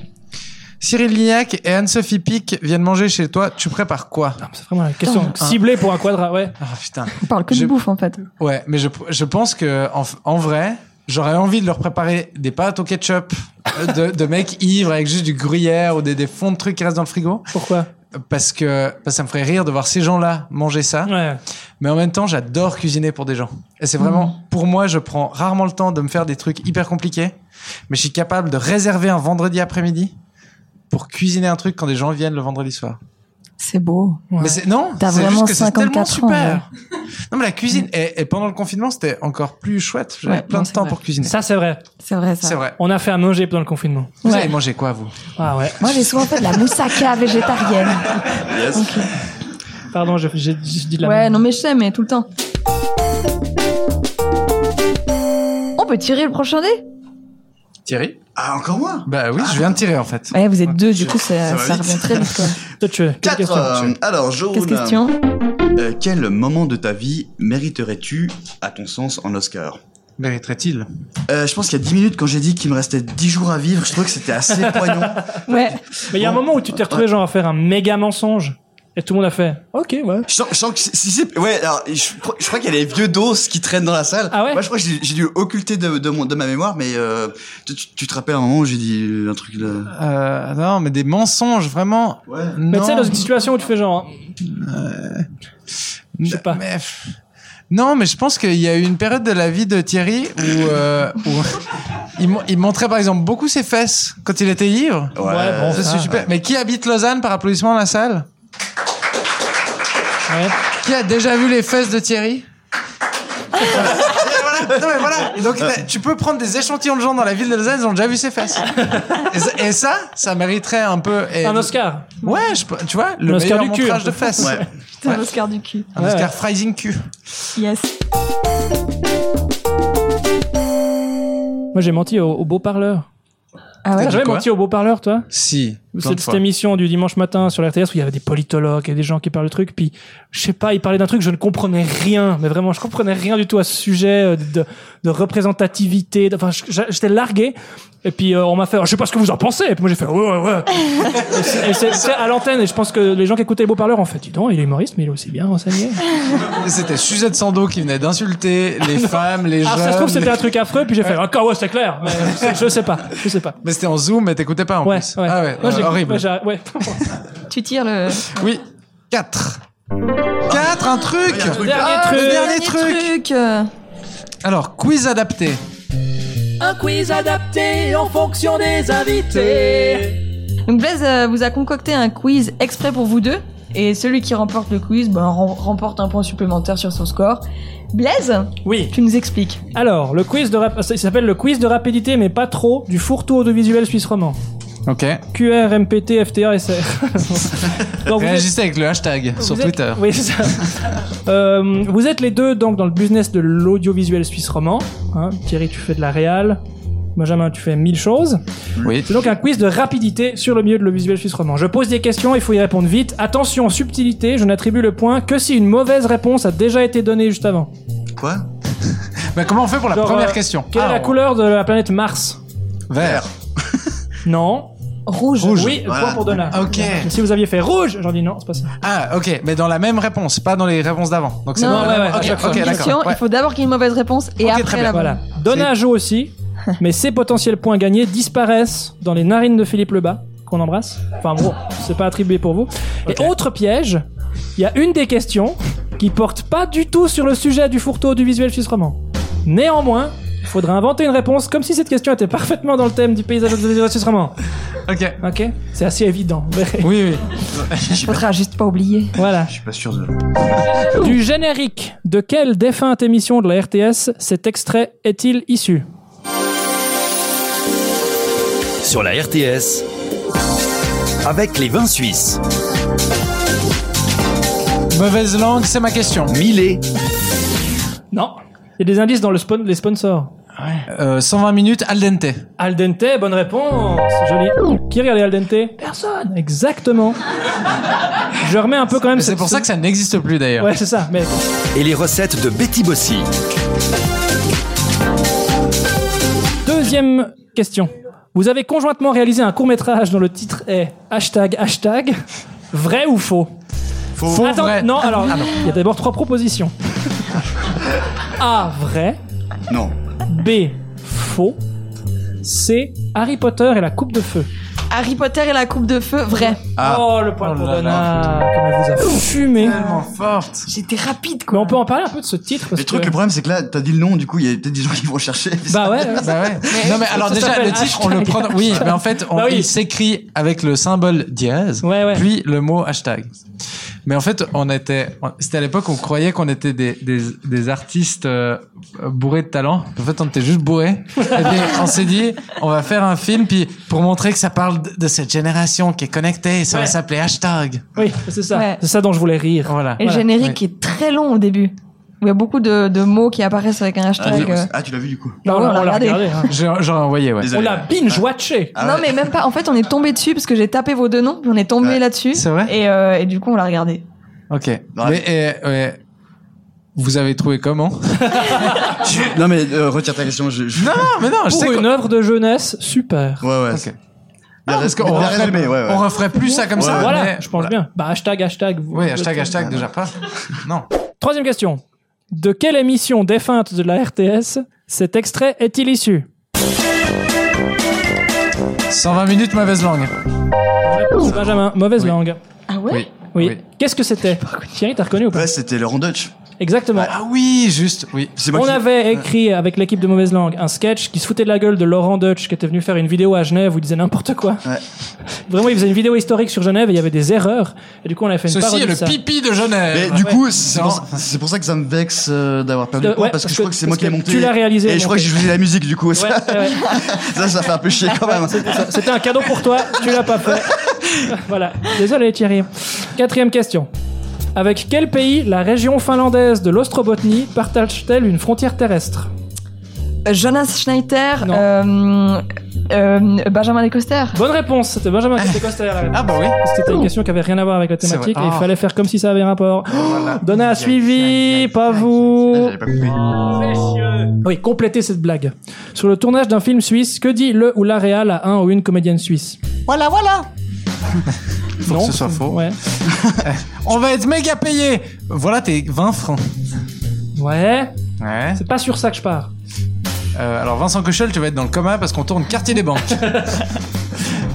[SPEAKER 4] Cyril Lignac et Anne-Sophie Pic viennent manger chez toi. Tu prépares quoi
[SPEAKER 2] C'est vraiment la question
[SPEAKER 4] Putain.
[SPEAKER 2] ciblée pour un quadra, ouais.
[SPEAKER 4] Ah putain.
[SPEAKER 3] On parle que
[SPEAKER 4] Je-
[SPEAKER 3] de bouffe en fait.
[SPEAKER 4] Ouais, mais je, je pense que en, en vrai, j'aurais envie de leur préparer des pâtes au ketchup euh, de, de mecs ivres avec juste du gruyère ou des, des fonds de trucs qui restent dans le frigo.
[SPEAKER 2] Pourquoi
[SPEAKER 4] Parce que, parce que ça me ferait rire de voir ces gens-là manger ça.
[SPEAKER 2] Ouais.
[SPEAKER 4] Mais en même temps, j'adore cuisiner pour des gens. Et c'est vraiment, pour moi, je prends rarement le temps de me faire des trucs hyper compliqués. Mais je suis capable de réserver un vendredi après-midi pour cuisiner un truc quand des gens viennent le vendredi soir.
[SPEAKER 3] C'est beau.
[SPEAKER 4] Mais c'est, non,
[SPEAKER 3] T'as
[SPEAKER 4] c'est
[SPEAKER 3] vraiment
[SPEAKER 4] juste que c'est
[SPEAKER 3] 54 ans,
[SPEAKER 4] tellement super. Non, mais la cuisine, et, et pendant le confinement, c'était encore plus chouette. J'avais
[SPEAKER 3] Ouais,
[SPEAKER 4] plein
[SPEAKER 3] non,
[SPEAKER 4] de
[SPEAKER 3] c'est
[SPEAKER 4] temps
[SPEAKER 3] vrai.
[SPEAKER 4] pour cuisiner.
[SPEAKER 2] Ça, c'est vrai.
[SPEAKER 3] C'est vrai ça.
[SPEAKER 4] c'est vrai.
[SPEAKER 2] On a fait à manger pendant le confinement.
[SPEAKER 4] Vous
[SPEAKER 3] Ouais.
[SPEAKER 4] avez mangé quoi, vous
[SPEAKER 2] Ah ouais.
[SPEAKER 3] Moi j'ai souvent fait de la moussaka végétarienne.
[SPEAKER 6] Yes.
[SPEAKER 3] Ok.
[SPEAKER 2] Pardon, je, j'ai- j'ai dit de la
[SPEAKER 3] Ouais,
[SPEAKER 2] merde.
[SPEAKER 3] non mais je sais, mais tout le temps. On peut tirer le prochain dé
[SPEAKER 4] Thierry
[SPEAKER 6] Ah, encore moi
[SPEAKER 4] Bah oui, je viens de tirer, en fait.
[SPEAKER 3] Ouais, vous êtes deux, du coup ça,
[SPEAKER 6] ça va
[SPEAKER 3] ça
[SPEAKER 6] vite.
[SPEAKER 3] revient très vite. quoi.
[SPEAKER 2] Toi, tu- quelle
[SPEAKER 6] 4
[SPEAKER 2] question
[SPEAKER 6] euh,
[SPEAKER 4] euh,
[SPEAKER 6] Alors, jaune.
[SPEAKER 3] Casse question.
[SPEAKER 6] Euh, quel moment de ta vie mériterais-tu, à ton sens, en Oscar
[SPEAKER 4] Mériterait-il
[SPEAKER 6] Euh, Je pense qu'il y a 10 minutes, quand j'ai dit qu'il me restait 10 jours à vivre, je trouvais que c'était assez poignant.
[SPEAKER 3] Ouais.
[SPEAKER 2] Mais il y a un moment où tu t'es retrouvé genre à faire un méga mensonge et tout le monde a fait OK, ouais.
[SPEAKER 6] Je sens, je sens que si- si c'est. Ouais, alors, je, crois- je crois qu'il y a les vieux dos qui traînent dans la salle.
[SPEAKER 2] Ah ouais
[SPEAKER 6] Moi, je crois que j'ai j'ai dû occulter de, de, mon- de ma mémoire, mais euh, tu, tu- tu te rappelles un moment où j'ai dit euh, un truc là.
[SPEAKER 4] Euh, non, mais des mensonges, vraiment.
[SPEAKER 6] Ouais.
[SPEAKER 2] Mais tu sais
[SPEAKER 4] Non.
[SPEAKER 2] dans une situation où tu fais genre je sais pas.
[SPEAKER 4] Mais, pff, Non, mais je pense qu'il y a eu une période de la vie de Thierry où, euh, où il, mon- il montrait par exemple beaucoup ses fesses quand il était ivre.
[SPEAKER 6] Ouais,
[SPEAKER 2] bon,
[SPEAKER 4] Ça, c'est
[SPEAKER 2] Ah,
[SPEAKER 4] super. Mais qui habite Lausanne par applaudissement dans la salle
[SPEAKER 2] ouais.
[SPEAKER 4] Qui a déjà vu les fesses de Thierry Et Ah, voilà, non, mais voilà. Et Donc t'as- tu peux prendre des échantillons de gens dans la ville de Lausanne, ils ont déjà vu ses fesses. Et ça- Et, ça, ça mériterait un peu. et-
[SPEAKER 2] un Oscar.
[SPEAKER 4] Ouais, je peux- tu vois, le
[SPEAKER 2] Un Oscar
[SPEAKER 4] meilleur
[SPEAKER 2] du cul.
[SPEAKER 4] montrage de fesses.
[SPEAKER 6] Ouais.
[SPEAKER 3] Putain,
[SPEAKER 4] Ouais.
[SPEAKER 3] l'Oscar du cul.
[SPEAKER 4] Un
[SPEAKER 2] Ouais.
[SPEAKER 4] Oscar Freising Q.
[SPEAKER 3] Yes.
[SPEAKER 2] Moi, j'ai menti au, au beau parleur.
[SPEAKER 3] Ah ouais
[SPEAKER 2] T'as
[SPEAKER 4] dit
[SPEAKER 2] jamais
[SPEAKER 4] quoi
[SPEAKER 2] menti au beau parleur, toi
[SPEAKER 4] Si. plein de
[SPEAKER 2] cette,
[SPEAKER 4] fois.
[SPEAKER 2] cette émission du dimanche matin sur la RTS où il y avait des politologues et des gens qui parlent de trucs, puis je sais pas, ils parlaient d'un truc, je ne comprenais rien, mais vraiment, je comprenais rien du tout à ce sujet euh, de, de représentativité. de- Enfin, je- je- j'étais largué. Et puis euh, on m'a fait, je sais pas ce que vous en pensez. Et puis moi j'ai fait, ouais, ouais, ouais. Et c'est- et c'est c'est à l'antenne. Et je pense que les gens qui écoutaient les beaux parleurs, en fait, dis donc, il est humoriste, mais il est aussi bien renseigné.
[SPEAKER 4] C'était Suzette Sando qui venait d'insulter les femmes, les
[SPEAKER 2] Alors
[SPEAKER 4] jeunes.
[SPEAKER 2] Ah ça se trouve c'était
[SPEAKER 4] les-
[SPEAKER 2] un truc affreux. Puis j'ai fait, encore ouais, c'est clair. Mais c'est- je sais pas, je sais pas.
[SPEAKER 4] Mais c'était en zoom, mais t'écoutais pas en
[SPEAKER 2] Ouais,
[SPEAKER 4] plus.
[SPEAKER 2] ouais.
[SPEAKER 4] Ah ouais,
[SPEAKER 2] Moi,
[SPEAKER 4] euh,
[SPEAKER 2] j'ai-
[SPEAKER 4] horrible.
[SPEAKER 2] moi, j'ai- ouais.
[SPEAKER 3] Tu tires le.
[SPEAKER 4] oui, 4. 4, un truc
[SPEAKER 6] Il y a un truc.
[SPEAKER 2] Dernier
[SPEAKER 3] Ah,
[SPEAKER 2] truc.
[SPEAKER 3] le
[SPEAKER 4] Dernier truc.
[SPEAKER 3] euh,
[SPEAKER 4] Alors, quiz adapté.
[SPEAKER 1] Un quiz adapté en fonction des invités.
[SPEAKER 3] Donc Blaise euh, vous a concocté un quiz exprès pour vous deux. Et celui qui remporte le quiz ben, rem- remporte un point supplémentaire sur son score. Blaise,
[SPEAKER 2] Oui.
[SPEAKER 3] tu nous expliques.
[SPEAKER 2] Alors, le quiz de rap... ça s'appelle le quiz de rapidité, mais pas trop, du fourre-tout audiovisuel suisse roman.
[SPEAKER 4] Ok.
[SPEAKER 2] QR, MPT, FTA, SR. Donc, Oh, vous êtes-
[SPEAKER 4] Réagissez avec le hashtag sur
[SPEAKER 2] vous êtes-
[SPEAKER 4] Twitter.
[SPEAKER 2] Oui, c'est ça. Euh, vous êtes les deux donc dans le business de l'audiovisuel suisse roman. hein. Thierry, tu fais de la réal. Benjamin, tu fais mille choses.
[SPEAKER 4] Oui.
[SPEAKER 2] C'est donc un quiz de rapidité sur le milieu de l'audiovisuel suisse roman. Je pose des questions, il faut y répondre vite. Attention, subtilité, je n'attribue le point que si une mauvaise réponse a déjà été donnée juste avant.
[SPEAKER 6] Quoi
[SPEAKER 4] Mais comment on fait pour la
[SPEAKER 2] Genre,
[SPEAKER 4] première
[SPEAKER 2] euh,
[SPEAKER 4] question
[SPEAKER 2] Quelle est
[SPEAKER 4] Ah,
[SPEAKER 2] la couleur de la planète Mars
[SPEAKER 4] Vert.
[SPEAKER 2] Non.
[SPEAKER 3] Rouge.
[SPEAKER 2] Oui,
[SPEAKER 6] Voilà.
[SPEAKER 2] point pour Donna.
[SPEAKER 4] Ah, Ok.
[SPEAKER 2] Si vous aviez fait rouge, j'aurais dit non, c'est pas ça.
[SPEAKER 4] Ah, ok, mais dans la même réponse, pas dans les réponses d'avant. Donc c'est
[SPEAKER 3] Non,
[SPEAKER 4] dans la
[SPEAKER 2] ouais,
[SPEAKER 4] même-
[SPEAKER 2] ouais, à
[SPEAKER 4] Ok,
[SPEAKER 2] chaque fois.
[SPEAKER 4] ok,
[SPEAKER 3] Question,
[SPEAKER 4] d'accord. Ouais.
[SPEAKER 3] il faut d'abord qu'il y ait une mauvaise réponse et
[SPEAKER 4] Ok, très
[SPEAKER 3] après
[SPEAKER 4] bien.
[SPEAKER 3] la bonne.
[SPEAKER 2] Voilà. Donna joue aussi. mais ces potentiels points gagnés disparaissent dans les narines de Philippe Lebas, qu'on embrasse. Enfin bon, c'est pas attribué pour vous. Et autre piège, il y a une des questions qui porte pas du tout sur le sujet du fourteau du visuel suisse roman. Néanmoins, il faudra inventer une réponse comme si cette question était parfaitement dans le thème du paysage audiovisuel suisse roman.
[SPEAKER 4] Ok.
[SPEAKER 2] Ok C'est assez évident.
[SPEAKER 4] Oui, oui.
[SPEAKER 3] Il faudra juste pas oublier.
[SPEAKER 2] Voilà.
[SPEAKER 6] Je suis pas sûr de.
[SPEAKER 2] Du générique de quelle défunte émission de la RTS cet extrait est-il issu
[SPEAKER 12] Sur la RTS, avec les vins suisses.
[SPEAKER 4] Mauvaise langue, c'est ma question.
[SPEAKER 12] Millet.
[SPEAKER 2] Non. Il y a des indices dans le spon- les sponsors.
[SPEAKER 4] Euh, 120 minutes, al dente.
[SPEAKER 2] Al dente, bonne réponse. Joli. Qui regardait Al dente Personne. Exactement. Je remets un peu quand même.
[SPEAKER 4] C'est pour ça que ça n'existe plus d'ailleurs.
[SPEAKER 2] Ouais, c'est ça. Mais
[SPEAKER 12] Et les recettes de Betty Bossi.
[SPEAKER 2] Deuxième question. Vous avez conjointement réalisé un court métrage dont le titre est hashtag hashtag vrai ou faux
[SPEAKER 4] Faux. Faux,
[SPEAKER 2] Attends,
[SPEAKER 4] vrai.
[SPEAKER 2] non, alors Oh,
[SPEAKER 4] Ah, non.
[SPEAKER 2] il y a d'abord trois propositions. A vrai,
[SPEAKER 6] Non.
[SPEAKER 2] B faux, C Harry Potter et la coupe de feu.
[SPEAKER 3] Harry Potter et la coupe de feu, vrai.
[SPEAKER 4] Ah.
[SPEAKER 2] Oh le point pour Donna, comme elle vous a fumé.
[SPEAKER 4] Tellement forte.
[SPEAKER 3] J'étais rapide
[SPEAKER 2] Mais on peut en parler un peu de ce titre. parce
[SPEAKER 6] Le truc,
[SPEAKER 2] que-
[SPEAKER 6] le problème, c'est que là, t'as dit le nom, du coup, il y a peut-être des gens qui vont chercher.
[SPEAKER 2] Bah ouais. ouais.
[SPEAKER 4] Bah ouais. non mais alors
[SPEAKER 2] ça
[SPEAKER 4] déjà
[SPEAKER 2] s'appelle
[SPEAKER 4] le titre on le
[SPEAKER 2] hashtag.
[SPEAKER 4] prend oui mais en fait on
[SPEAKER 2] Bah oui.
[SPEAKER 4] il s'écrit avec le symbole dièse
[SPEAKER 2] Ouais, ouais.
[SPEAKER 4] puis le mot hashtag. Mais en fait on était on- c'était à l'époque on croyait qu'on était des des, des artistes euh, bourrés de talent. En fait on était juste bourrés. Et puis, on s'est dit on va faire un film puis pour montrer que ça parle de- de cette génération qui est connectée ça
[SPEAKER 2] Ouais.
[SPEAKER 4] va s'appeler hashtag.
[SPEAKER 2] Oui, c'est ça.
[SPEAKER 3] Ouais. Ah,
[SPEAKER 2] C'est ça dont je voulais rire.
[SPEAKER 4] Voilà.
[SPEAKER 3] Et le générique est très long au début. Il y a beaucoup de, de mots qui apparaissent avec un hashtag. euh.
[SPEAKER 6] Ah, tu l'as vu du coup.
[SPEAKER 2] Non,
[SPEAKER 3] on
[SPEAKER 2] on
[SPEAKER 3] l'a
[SPEAKER 2] l'a
[SPEAKER 3] regardé.
[SPEAKER 2] regardé. hein.
[SPEAKER 4] J'ai j'ai envoyé ouais.
[SPEAKER 2] On
[SPEAKER 6] Désolé.
[SPEAKER 2] l'a binge watché.
[SPEAKER 6] Ah
[SPEAKER 3] non
[SPEAKER 6] ouais.
[SPEAKER 3] mais même pas. En fait, on est tombé dessus parce que j'ai tapé vos deux noms, puis on est tombé
[SPEAKER 6] Ouais.
[SPEAKER 3] là-dessus.
[SPEAKER 4] C'est vrai
[SPEAKER 3] Et, euh, et du coup, on l'a regardé.
[SPEAKER 4] OK.
[SPEAKER 6] Non,
[SPEAKER 4] mais eh, ouais. vous avez trouvé comment
[SPEAKER 6] Non, mais euh, retire ta question. Je, je-
[SPEAKER 4] Non non mais non Ah. je sais
[SPEAKER 2] Pour
[SPEAKER 4] que-
[SPEAKER 2] une œuvre de jeunesse, super.
[SPEAKER 6] Ouais, ouais.
[SPEAKER 4] Ok.
[SPEAKER 2] Ah,
[SPEAKER 6] Bien,
[SPEAKER 4] parce
[SPEAKER 6] reste-
[SPEAKER 4] qu'on
[SPEAKER 6] bien
[SPEAKER 4] referait,
[SPEAKER 6] résumé, ouais, ouais.
[SPEAKER 4] on referait plus ça comme
[SPEAKER 6] Ouais,
[SPEAKER 4] ça.
[SPEAKER 2] voilà,
[SPEAKER 4] mais-
[SPEAKER 2] je pense bien. Bah hashtag hashtag. vous-
[SPEAKER 4] Oui, hashtag, hashtag, déjà pas. Non.
[SPEAKER 2] Troisième question. De quelle émission défunte de la RTS cet extrait est-il issu
[SPEAKER 4] 120 minutes, mauvaise langue.
[SPEAKER 2] Réponse Benjamin, mauvaise
[SPEAKER 4] Oui.
[SPEAKER 2] langue.
[SPEAKER 3] Ah ouais.
[SPEAKER 4] Oui.
[SPEAKER 2] Oui.
[SPEAKER 4] Oui.
[SPEAKER 2] Qu'est-ce que c'était Thierry, t'as reconnu ou pas
[SPEAKER 6] Ouais, c'était Laurent Dutch.
[SPEAKER 2] Exactement.
[SPEAKER 4] Ah oui, juste, oui.
[SPEAKER 6] C'est moi
[SPEAKER 2] On
[SPEAKER 6] qui-
[SPEAKER 2] avait écrit avec l'équipe de Mauvaise Langue un sketch qui se foutait de la gueule de Laurent Dutch qui était venu faire une vidéo à Genève où il disait n'importe quoi.
[SPEAKER 6] Ouais.
[SPEAKER 2] Vraiment, il faisait une vidéo historique sur Genève et il y avait des erreurs. Et du coup, on a fait une
[SPEAKER 4] Ceci
[SPEAKER 2] parodie
[SPEAKER 4] est
[SPEAKER 2] de
[SPEAKER 4] le
[SPEAKER 2] ça.
[SPEAKER 4] pipi de Genève.
[SPEAKER 6] Mais du
[SPEAKER 2] Euh, ouais.
[SPEAKER 6] coup, c'est
[SPEAKER 4] Non.
[SPEAKER 6] pour, ça- c'est pour ça que ça me vexe euh, d'avoir perdu
[SPEAKER 2] De-
[SPEAKER 6] le point
[SPEAKER 2] ouais,
[SPEAKER 6] parce que
[SPEAKER 2] parce
[SPEAKER 6] je crois
[SPEAKER 2] que-
[SPEAKER 6] que c'est moi
[SPEAKER 2] parce
[SPEAKER 6] qui l'ai
[SPEAKER 2] que
[SPEAKER 6] monté.
[SPEAKER 2] tu l'as réalisé,
[SPEAKER 6] Et
[SPEAKER 2] donc,
[SPEAKER 6] je crois que
[SPEAKER 2] ouais.
[SPEAKER 6] je faisais la musique du coup.
[SPEAKER 2] Ouais,
[SPEAKER 6] Ça,
[SPEAKER 2] ouais, ouais.
[SPEAKER 6] ça, ça fait un peu chier quand même.
[SPEAKER 2] Ça, C'était un cadeau pour toi, tu l'as pas fait. voilà, désolé Thierry. Quatrième question. Avec quel pays la région finlandaise de l'Ostrobotnie partage-t-elle une frontière terrestre
[SPEAKER 3] Euh, Jonas Schneider,
[SPEAKER 2] Non.
[SPEAKER 3] euh, euh, Benjamin Lecoster.
[SPEAKER 2] Bonne réponse, c'était Benjamin Coster.
[SPEAKER 4] Ah bah oui.
[SPEAKER 2] Parce que c'était une question qui avait rien à voir avec la
[SPEAKER 4] C'est
[SPEAKER 2] thématique et
[SPEAKER 4] vrai.
[SPEAKER 2] il
[SPEAKER 4] Ah.
[SPEAKER 2] fallait faire comme si ça avait un rapport.
[SPEAKER 4] Voilà.
[SPEAKER 2] Donna a suivi, pas vous.
[SPEAKER 6] J'avais pas compris.
[SPEAKER 2] Oui, complétez cette blague. Sur le tournage d'un film suisse, que dit le ou la réal à un ou une comédienne suisse
[SPEAKER 4] Voilà, voilà. Faut
[SPEAKER 2] Non.
[SPEAKER 4] que ce soit faux.
[SPEAKER 2] Ouais.
[SPEAKER 4] On va être méga payé. Voilà tes 20 francs.
[SPEAKER 2] Ouais,
[SPEAKER 4] Ouais.
[SPEAKER 2] c'est pas sur ça que je pars.
[SPEAKER 4] Euh, alors Vincent Cochel, tu vas être dans le coma parce qu'on tourne quartier des banques.
[SPEAKER 2] Hein.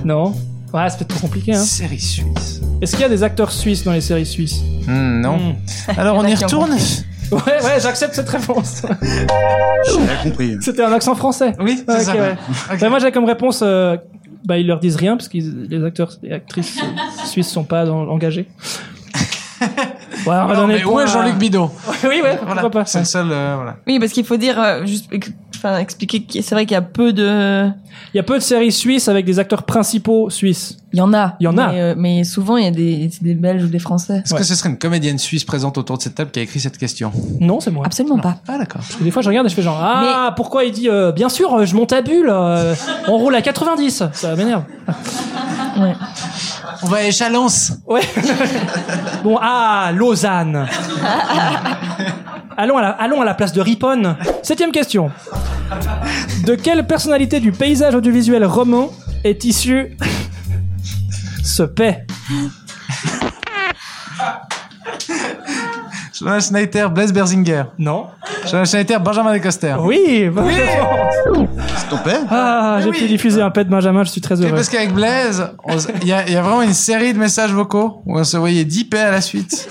[SPEAKER 2] Non. Ouais, c'est peut-être trop compliqué. Hein.
[SPEAKER 4] Série suisse.
[SPEAKER 2] Est-ce qu'il y a des acteurs suisses dans les séries suisses
[SPEAKER 4] Hmm, non.
[SPEAKER 2] Hmm.
[SPEAKER 4] Alors on
[SPEAKER 3] Il y en a
[SPEAKER 4] y
[SPEAKER 3] qui ont
[SPEAKER 4] retourne.
[SPEAKER 2] Ouais, ouais, j'accepte cette réponse.
[SPEAKER 6] J'ai rien compris.
[SPEAKER 2] C'était un accent français.
[SPEAKER 4] Oui, c'est
[SPEAKER 2] Ouais,
[SPEAKER 4] ça. Ah,
[SPEAKER 2] ok,
[SPEAKER 4] ouais.
[SPEAKER 2] ouais.
[SPEAKER 4] Ok.
[SPEAKER 2] Bah, moi, j'avais comme réponse, euh, bah, ils leur disent rien parce que les acteurs et actrices euh, suisses sont pas dans- engagés. Ouais, on va
[SPEAKER 4] Non,
[SPEAKER 2] donner
[SPEAKER 4] mais
[SPEAKER 2] le
[SPEAKER 4] où
[SPEAKER 2] point
[SPEAKER 4] est
[SPEAKER 2] à-
[SPEAKER 4] Jean-Luc Bidot
[SPEAKER 2] Oui, ouais,
[SPEAKER 4] Voilà,
[SPEAKER 2] pourquoi pas.
[SPEAKER 4] c'est le seul. euh, voilà.
[SPEAKER 3] Oui, parce qu'il faut dire, euh, juste, ex- enfin, expliquer. qu'il- C'est vrai qu'il y a peu de.
[SPEAKER 2] Il y a peu de séries suisses avec des acteurs principaux suisses.
[SPEAKER 3] Il y en a.
[SPEAKER 2] Il y en a.
[SPEAKER 3] Mais, euh, mais souvent, il y a des, c'est des Belges ou des Français.
[SPEAKER 4] Est-ce
[SPEAKER 2] Ouais.
[SPEAKER 4] que ce serait une comédienne suisse présente autour de cette table qui a écrit cette question
[SPEAKER 2] Non, c'est moi.
[SPEAKER 3] Absolument pas.
[SPEAKER 4] Ah d'accord.
[SPEAKER 2] Parce que des fois, je regarde et je fais genre, ah, pourquoi il dit, euh, bien sûr, euh, je monte à bulle, euh, on roule à 90, ça m'énerve.
[SPEAKER 3] Ouais.
[SPEAKER 4] On va à Échalance.
[SPEAKER 2] Ouais. bon, ah, Lausanne. allons, à la, allons à la place de Ripon. Septième question. De quelle personnalité du paysage audiovisuel roman est issu ce paix
[SPEAKER 4] Jonas Schneider, Blaise Berzinger.
[SPEAKER 2] Non.
[SPEAKER 4] sanitaire Benjamin Descoster.
[SPEAKER 2] Oui, bonne réponse.
[SPEAKER 6] C'est ton père
[SPEAKER 2] Ah, j'ai pu diffuser un pet de Benjamin, je suis très
[SPEAKER 4] Mais
[SPEAKER 2] heureux.
[SPEAKER 4] parce qu'avec Blaise, on s- il y, a il y a vraiment une série de messages vocaux où on se voyait 10 paix à la suite.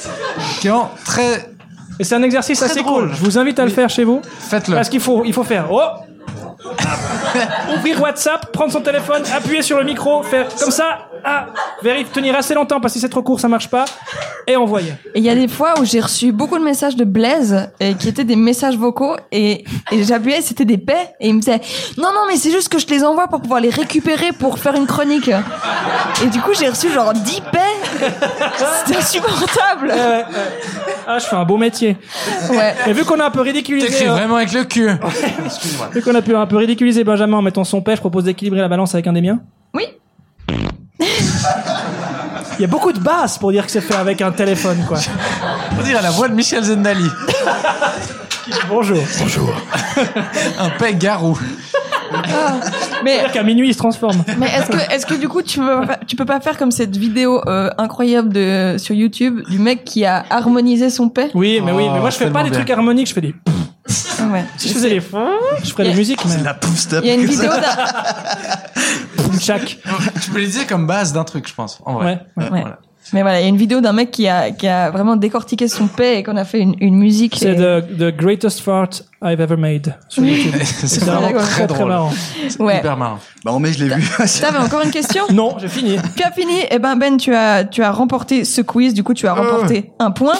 [SPEAKER 4] qui ont très.
[SPEAKER 2] Et c'est un exercice assez cool. Je vous invite à le faire chez vous.
[SPEAKER 4] Faites-le.
[SPEAKER 2] Parce qu'il faut, il faut faire. Oh Ouvrir WhatsApp, prendre son téléphone, appuyer sur le micro, faire comme ça. Ah Vérifie, tenir assez longtemps parce que si c'est trop court, ça marche pas. Et envoyer.
[SPEAKER 3] Et il y a des fois où j'ai reçu beaucoup de messages de Blaise et qui étaient des messages vocaux et, et j'appuyais, c'était des paix et il me disait non non mais c'est juste que je les envoie pour pouvoir les récupérer pour faire une chronique. Et du coup j'ai reçu genre 10 paix. C'était insupportable.
[SPEAKER 2] Euh, euh, ah, je fais un beau métier.
[SPEAKER 3] Ouais.
[SPEAKER 2] Et vu qu'on a un peu ridiculisé.
[SPEAKER 4] T'écris
[SPEAKER 2] euh,
[SPEAKER 4] vraiment avec le cul.
[SPEAKER 2] Vu qu'on a pu un peu ridiculiser Benjamin en mettant son paix, je propose d'équilibrer la balance avec un des miens.
[SPEAKER 3] Oui.
[SPEAKER 2] Il y a beaucoup de basses pour dire que c'est fait avec un téléphone, quoi.
[SPEAKER 4] On dirait la voix de Michel Zendali.
[SPEAKER 2] Bonjour.
[SPEAKER 4] Bonjour. Un paix garou.
[SPEAKER 3] Mais
[SPEAKER 2] C'est-à-dire qu'à minuit, il se transforme.
[SPEAKER 3] Mais est-ce que, est-ce que du coup, tu peux, pas- tu peux pas faire comme cette vidéo euh, incroyable de sur YouTube du mec qui a harmonisé son paix Ah
[SPEAKER 2] Oui, mais oui, mais moi, je fais
[SPEAKER 4] Oh,
[SPEAKER 2] pas des
[SPEAKER 4] tellement
[SPEAKER 2] trucs harmoniques, je fais des.
[SPEAKER 3] Ouais.
[SPEAKER 2] Si je faisais les. Je ferais des musiques, mais.
[SPEAKER 6] La pouf step.
[SPEAKER 3] Il y a une
[SPEAKER 6] que ça-
[SPEAKER 3] vidéo d'un.
[SPEAKER 2] Tchac.
[SPEAKER 4] Je peux les dire comme base d'un truc, je pense. En vrai. Euh,
[SPEAKER 2] Ouais.
[SPEAKER 3] Ouais. Mais voilà, il y a une vidéo d'un mec qui a, qui a vraiment décortiqué son paix et qu'on a fait une, une musique.
[SPEAKER 2] C'est
[SPEAKER 3] et-
[SPEAKER 2] the, the greatest fart I've ever made sur YouTube.
[SPEAKER 4] C'est
[SPEAKER 2] C'est
[SPEAKER 4] vraiment
[SPEAKER 2] vraiment
[SPEAKER 4] très
[SPEAKER 2] très, très
[SPEAKER 4] drôle.
[SPEAKER 2] marrant.
[SPEAKER 3] Ouais.
[SPEAKER 4] Hyper marrant.
[SPEAKER 6] Bah, en mai, je l'ai vu.
[SPEAKER 3] T'avais encore une question
[SPEAKER 2] Non, j'ai fini.
[SPEAKER 3] Tu as fini Eh ben Ben, tu as, tu as remporté ce quiz, du coup tu as
[SPEAKER 2] Ah
[SPEAKER 3] remporté un point.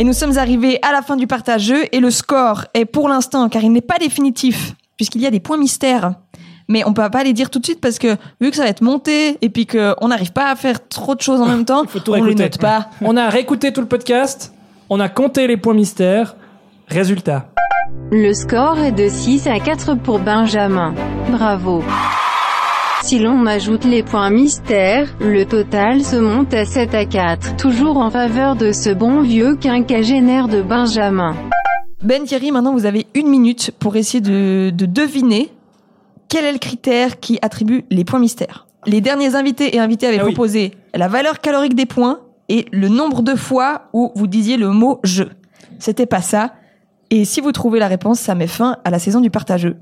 [SPEAKER 3] Et nous sommes arrivés à la fin du partage jeu et le score est pour l'instant, car il n'est pas définitif, puisqu'il y a des points mystères. Mais on peut pas les dire tout de suite parce que vu que ça va être monté et puis qu'on n'arrive pas à faire trop de choses en même temps,
[SPEAKER 2] Faut tout
[SPEAKER 3] on les
[SPEAKER 2] réécouter.
[SPEAKER 3] note pas.
[SPEAKER 2] On a réécouté tout le podcast, on a compté les points mystères. Résultat.
[SPEAKER 13] Le score est de 6 à 4 pour Benjamin. Bravo. Si l'on ajoute les points mystères, le total se monte à 7 à 4, toujours en faveur de ce bon vieux quinquagénaire de Benjamin.
[SPEAKER 3] Ben Thierry, maintenant vous avez une minute pour essayer de, de deviner quel est le critère qui attribue les points mystères. Les derniers invités et invités avaient
[SPEAKER 2] Ah oui.
[SPEAKER 3] proposé la valeur calorique des points et le nombre de fois où vous disiez le mot jeu. C'était pas ça. Et si vous trouvez la réponse, ça met fin à la saison du partageux.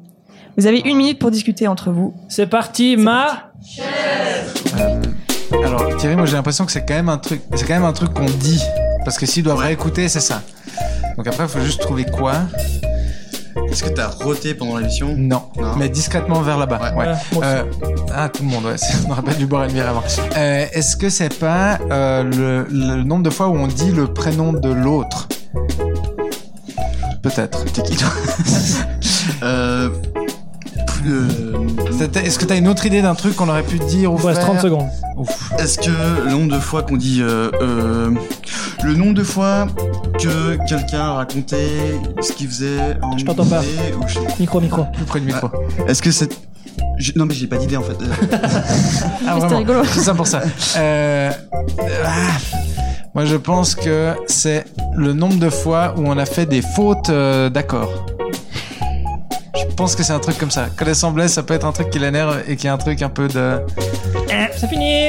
[SPEAKER 3] Vous avez une minute pour discuter entre vous.
[SPEAKER 2] C'est parti, ma.
[SPEAKER 4] Alors Thierry, moi j'ai l'impression que c'est quand même un truc, c'est quand même un truc qu'on dit, parce que s'ils doivent réécouter, c'est ça. Donc après, il faut juste trouver quoi.
[SPEAKER 6] Est-ce que t'as roté pendant l'émission
[SPEAKER 4] Non,
[SPEAKER 6] Non.
[SPEAKER 4] mais discrètement vers là-bas. Ouais.
[SPEAKER 2] Ouais, moi
[SPEAKER 4] Euh, ah tout le monde, ouais. c'est- On aurait pas dû boire une bière avant. Euh, Est-ce que c'est pas euh, le, le nombre de fois où on dit le prénom de l'autre Peut-être.
[SPEAKER 6] T'es qui toi Euh. euh,
[SPEAKER 4] C'était- Est-ce que t'as une autre idée d'un truc qu'on aurait pu dire ou
[SPEAKER 2] Il vous reste
[SPEAKER 4] faire
[SPEAKER 2] 30 secondes.
[SPEAKER 4] Ouf.
[SPEAKER 6] Est-ce que le nombre de fois qu'on dit euh, euh, le nombre de fois que quelqu'un racontait ce qu'il faisait en
[SPEAKER 2] Je t'entends pas.
[SPEAKER 6] journée ou je-
[SPEAKER 2] Micro, micro.
[SPEAKER 4] Plus près du micro.
[SPEAKER 6] Est-ce que c'est je- non mais j'ai pas d'idée en fait. Euh,
[SPEAKER 4] Ah,
[SPEAKER 3] C'était
[SPEAKER 4] vraiment.
[SPEAKER 3] rigolo.
[SPEAKER 4] C'est ça pour ça. Euh, euh, ah. moi, je pense que c'est le nombre de fois où on a fait des fautes euh, d'accord. Je pense que c'est un truc comme ça. Connaissant Blaise, ça peut être un truc qui l'énerve et qui est un truc un peu de.
[SPEAKER 2] Eh, C'est fini.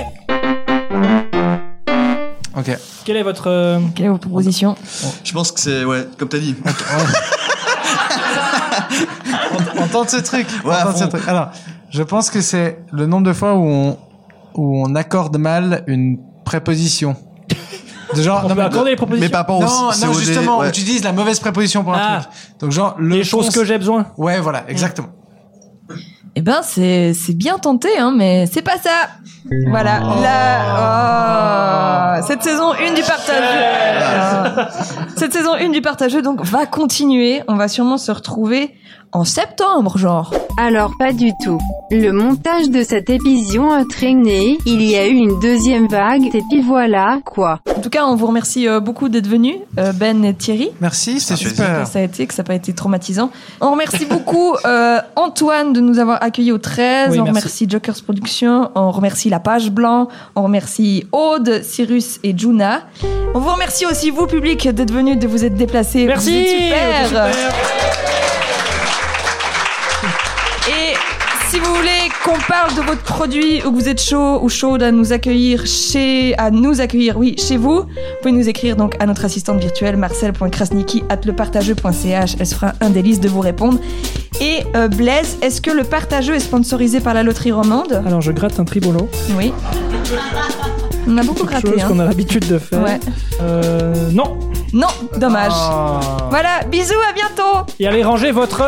[SPEAKER 4] Ok.
[SPEAKER 2] Quelle est votre. euh,
[SPEAKER 3] Quelle est votre proposition
[SPEAKER 6] je pense que c'est ouais comme t'as dit.
[SPEAKER 4] On, on tente ce truc. On
[SPEAKER 6] Ouais, à
[SPEAKER 4] tente ce
[SPEAKER 6] fond.
[SPEAKER 4] truc. Alors, je pense que c'est le nombre de fois où on, où on accorde mal une préposition. De genre,
[SPEAKER 2] On
[SPEAKER 4] non,
[SPEAKER 2] peut
[SPEAKER 4] mais-
[SPEAKER 2] accorder les
[SPEAKER 6] Mais
[SPEAKER 2] propositions.
[SPEAKER 6] par rapport au
[SPEAKER 4] Non,
[SPEAKER 6] COD,
[SPEAKER 4] non, justement,
[SPEAKER 6] ouais.
[SPEAKER 4] on utilise la mauvaise préposition pour un
[SPEAKER 2] Ah.
[SPEAKER 4] truc. Donc genre le
[SPEAKER 2] les choses que j'ai besoin.
[SPEAKER 4] Ouais, voilà, exactement.
[SPEAKER 3] Eh ben, c'est c'est bien tenté, hein, mais c'est pas ça. Voilà. La... oh, Cette saison 1 du partageux. Cette saison 1 du partageux, donc, va continuer. On va sûrement se retrouver en septembre, genre.
[SPEAKER 13] Alors pas du tout. Le montage de cette épisode a traîné, il y a eu une deuxième vague, et puis voilà, quoi.
[SPEAKER 3] En tout cas, on vous remercie euh, beaucoup d'être venus, euh, Ben et Thierry.
[SPEAKER 4] Merci, c'était
[SPEAKER 6] plaisir.
[SPEAKER 3] que
[SPEAKER 4] super.
[SPEAKER 3] ça a été, que ça n'a pas été traumatisant. On remercie beaucoup euh, Antoine de nous avoir accueillis au 13.
[SPEAKER 2] Oui,
[SPEAKER 3] on
[SPEAKER 2] merci.
[SPEAKER 3] remercie Jokers Productions. On remercie La Page Blanc. On remercie Aude, Cyrus et Juna. On vous remercie aussi, vous, public, d'être venus, de vous être déplacés.
[SPEAKER 2] Merci.
[SPEAKER 3] Vous êtes
[SPEAKER 2] Super.
[SPEAKER 3] super. Et Si vous voulez qu'on parle de votre produit ou que vous êtes chaud ou chaude à nous accueillir chez, à nous accueillir, oui, chez vous, vous pouvez nous écrire donc à notre assistante virtuelle marcel.krasniki@lepartageux.ch. Elle se fera un délice de vous répondre. Et euh, Blaise, est-ce que le partageux est sponsorisé par la loterie romande
[SPEAKER 2] Alors je gratte un tribolo.
[SPEAKER 3] Oui. On a beaucoup gratté.
[SPEAKER 2] Chose
[SPEAKER 3] hein.
[SPEAKER 2] qu'on a l'habitude de faire.
[SPEAKER 3] Ouais.
[SPEAKER 2] Euh, non.
[SPEAKER 3] Non, dommage.
[SPEAKER 2] Ah.
[SPEAKER 3] Voilà, bisous, à bientôt.
[SPEAKER 2] Et allez ranger votre.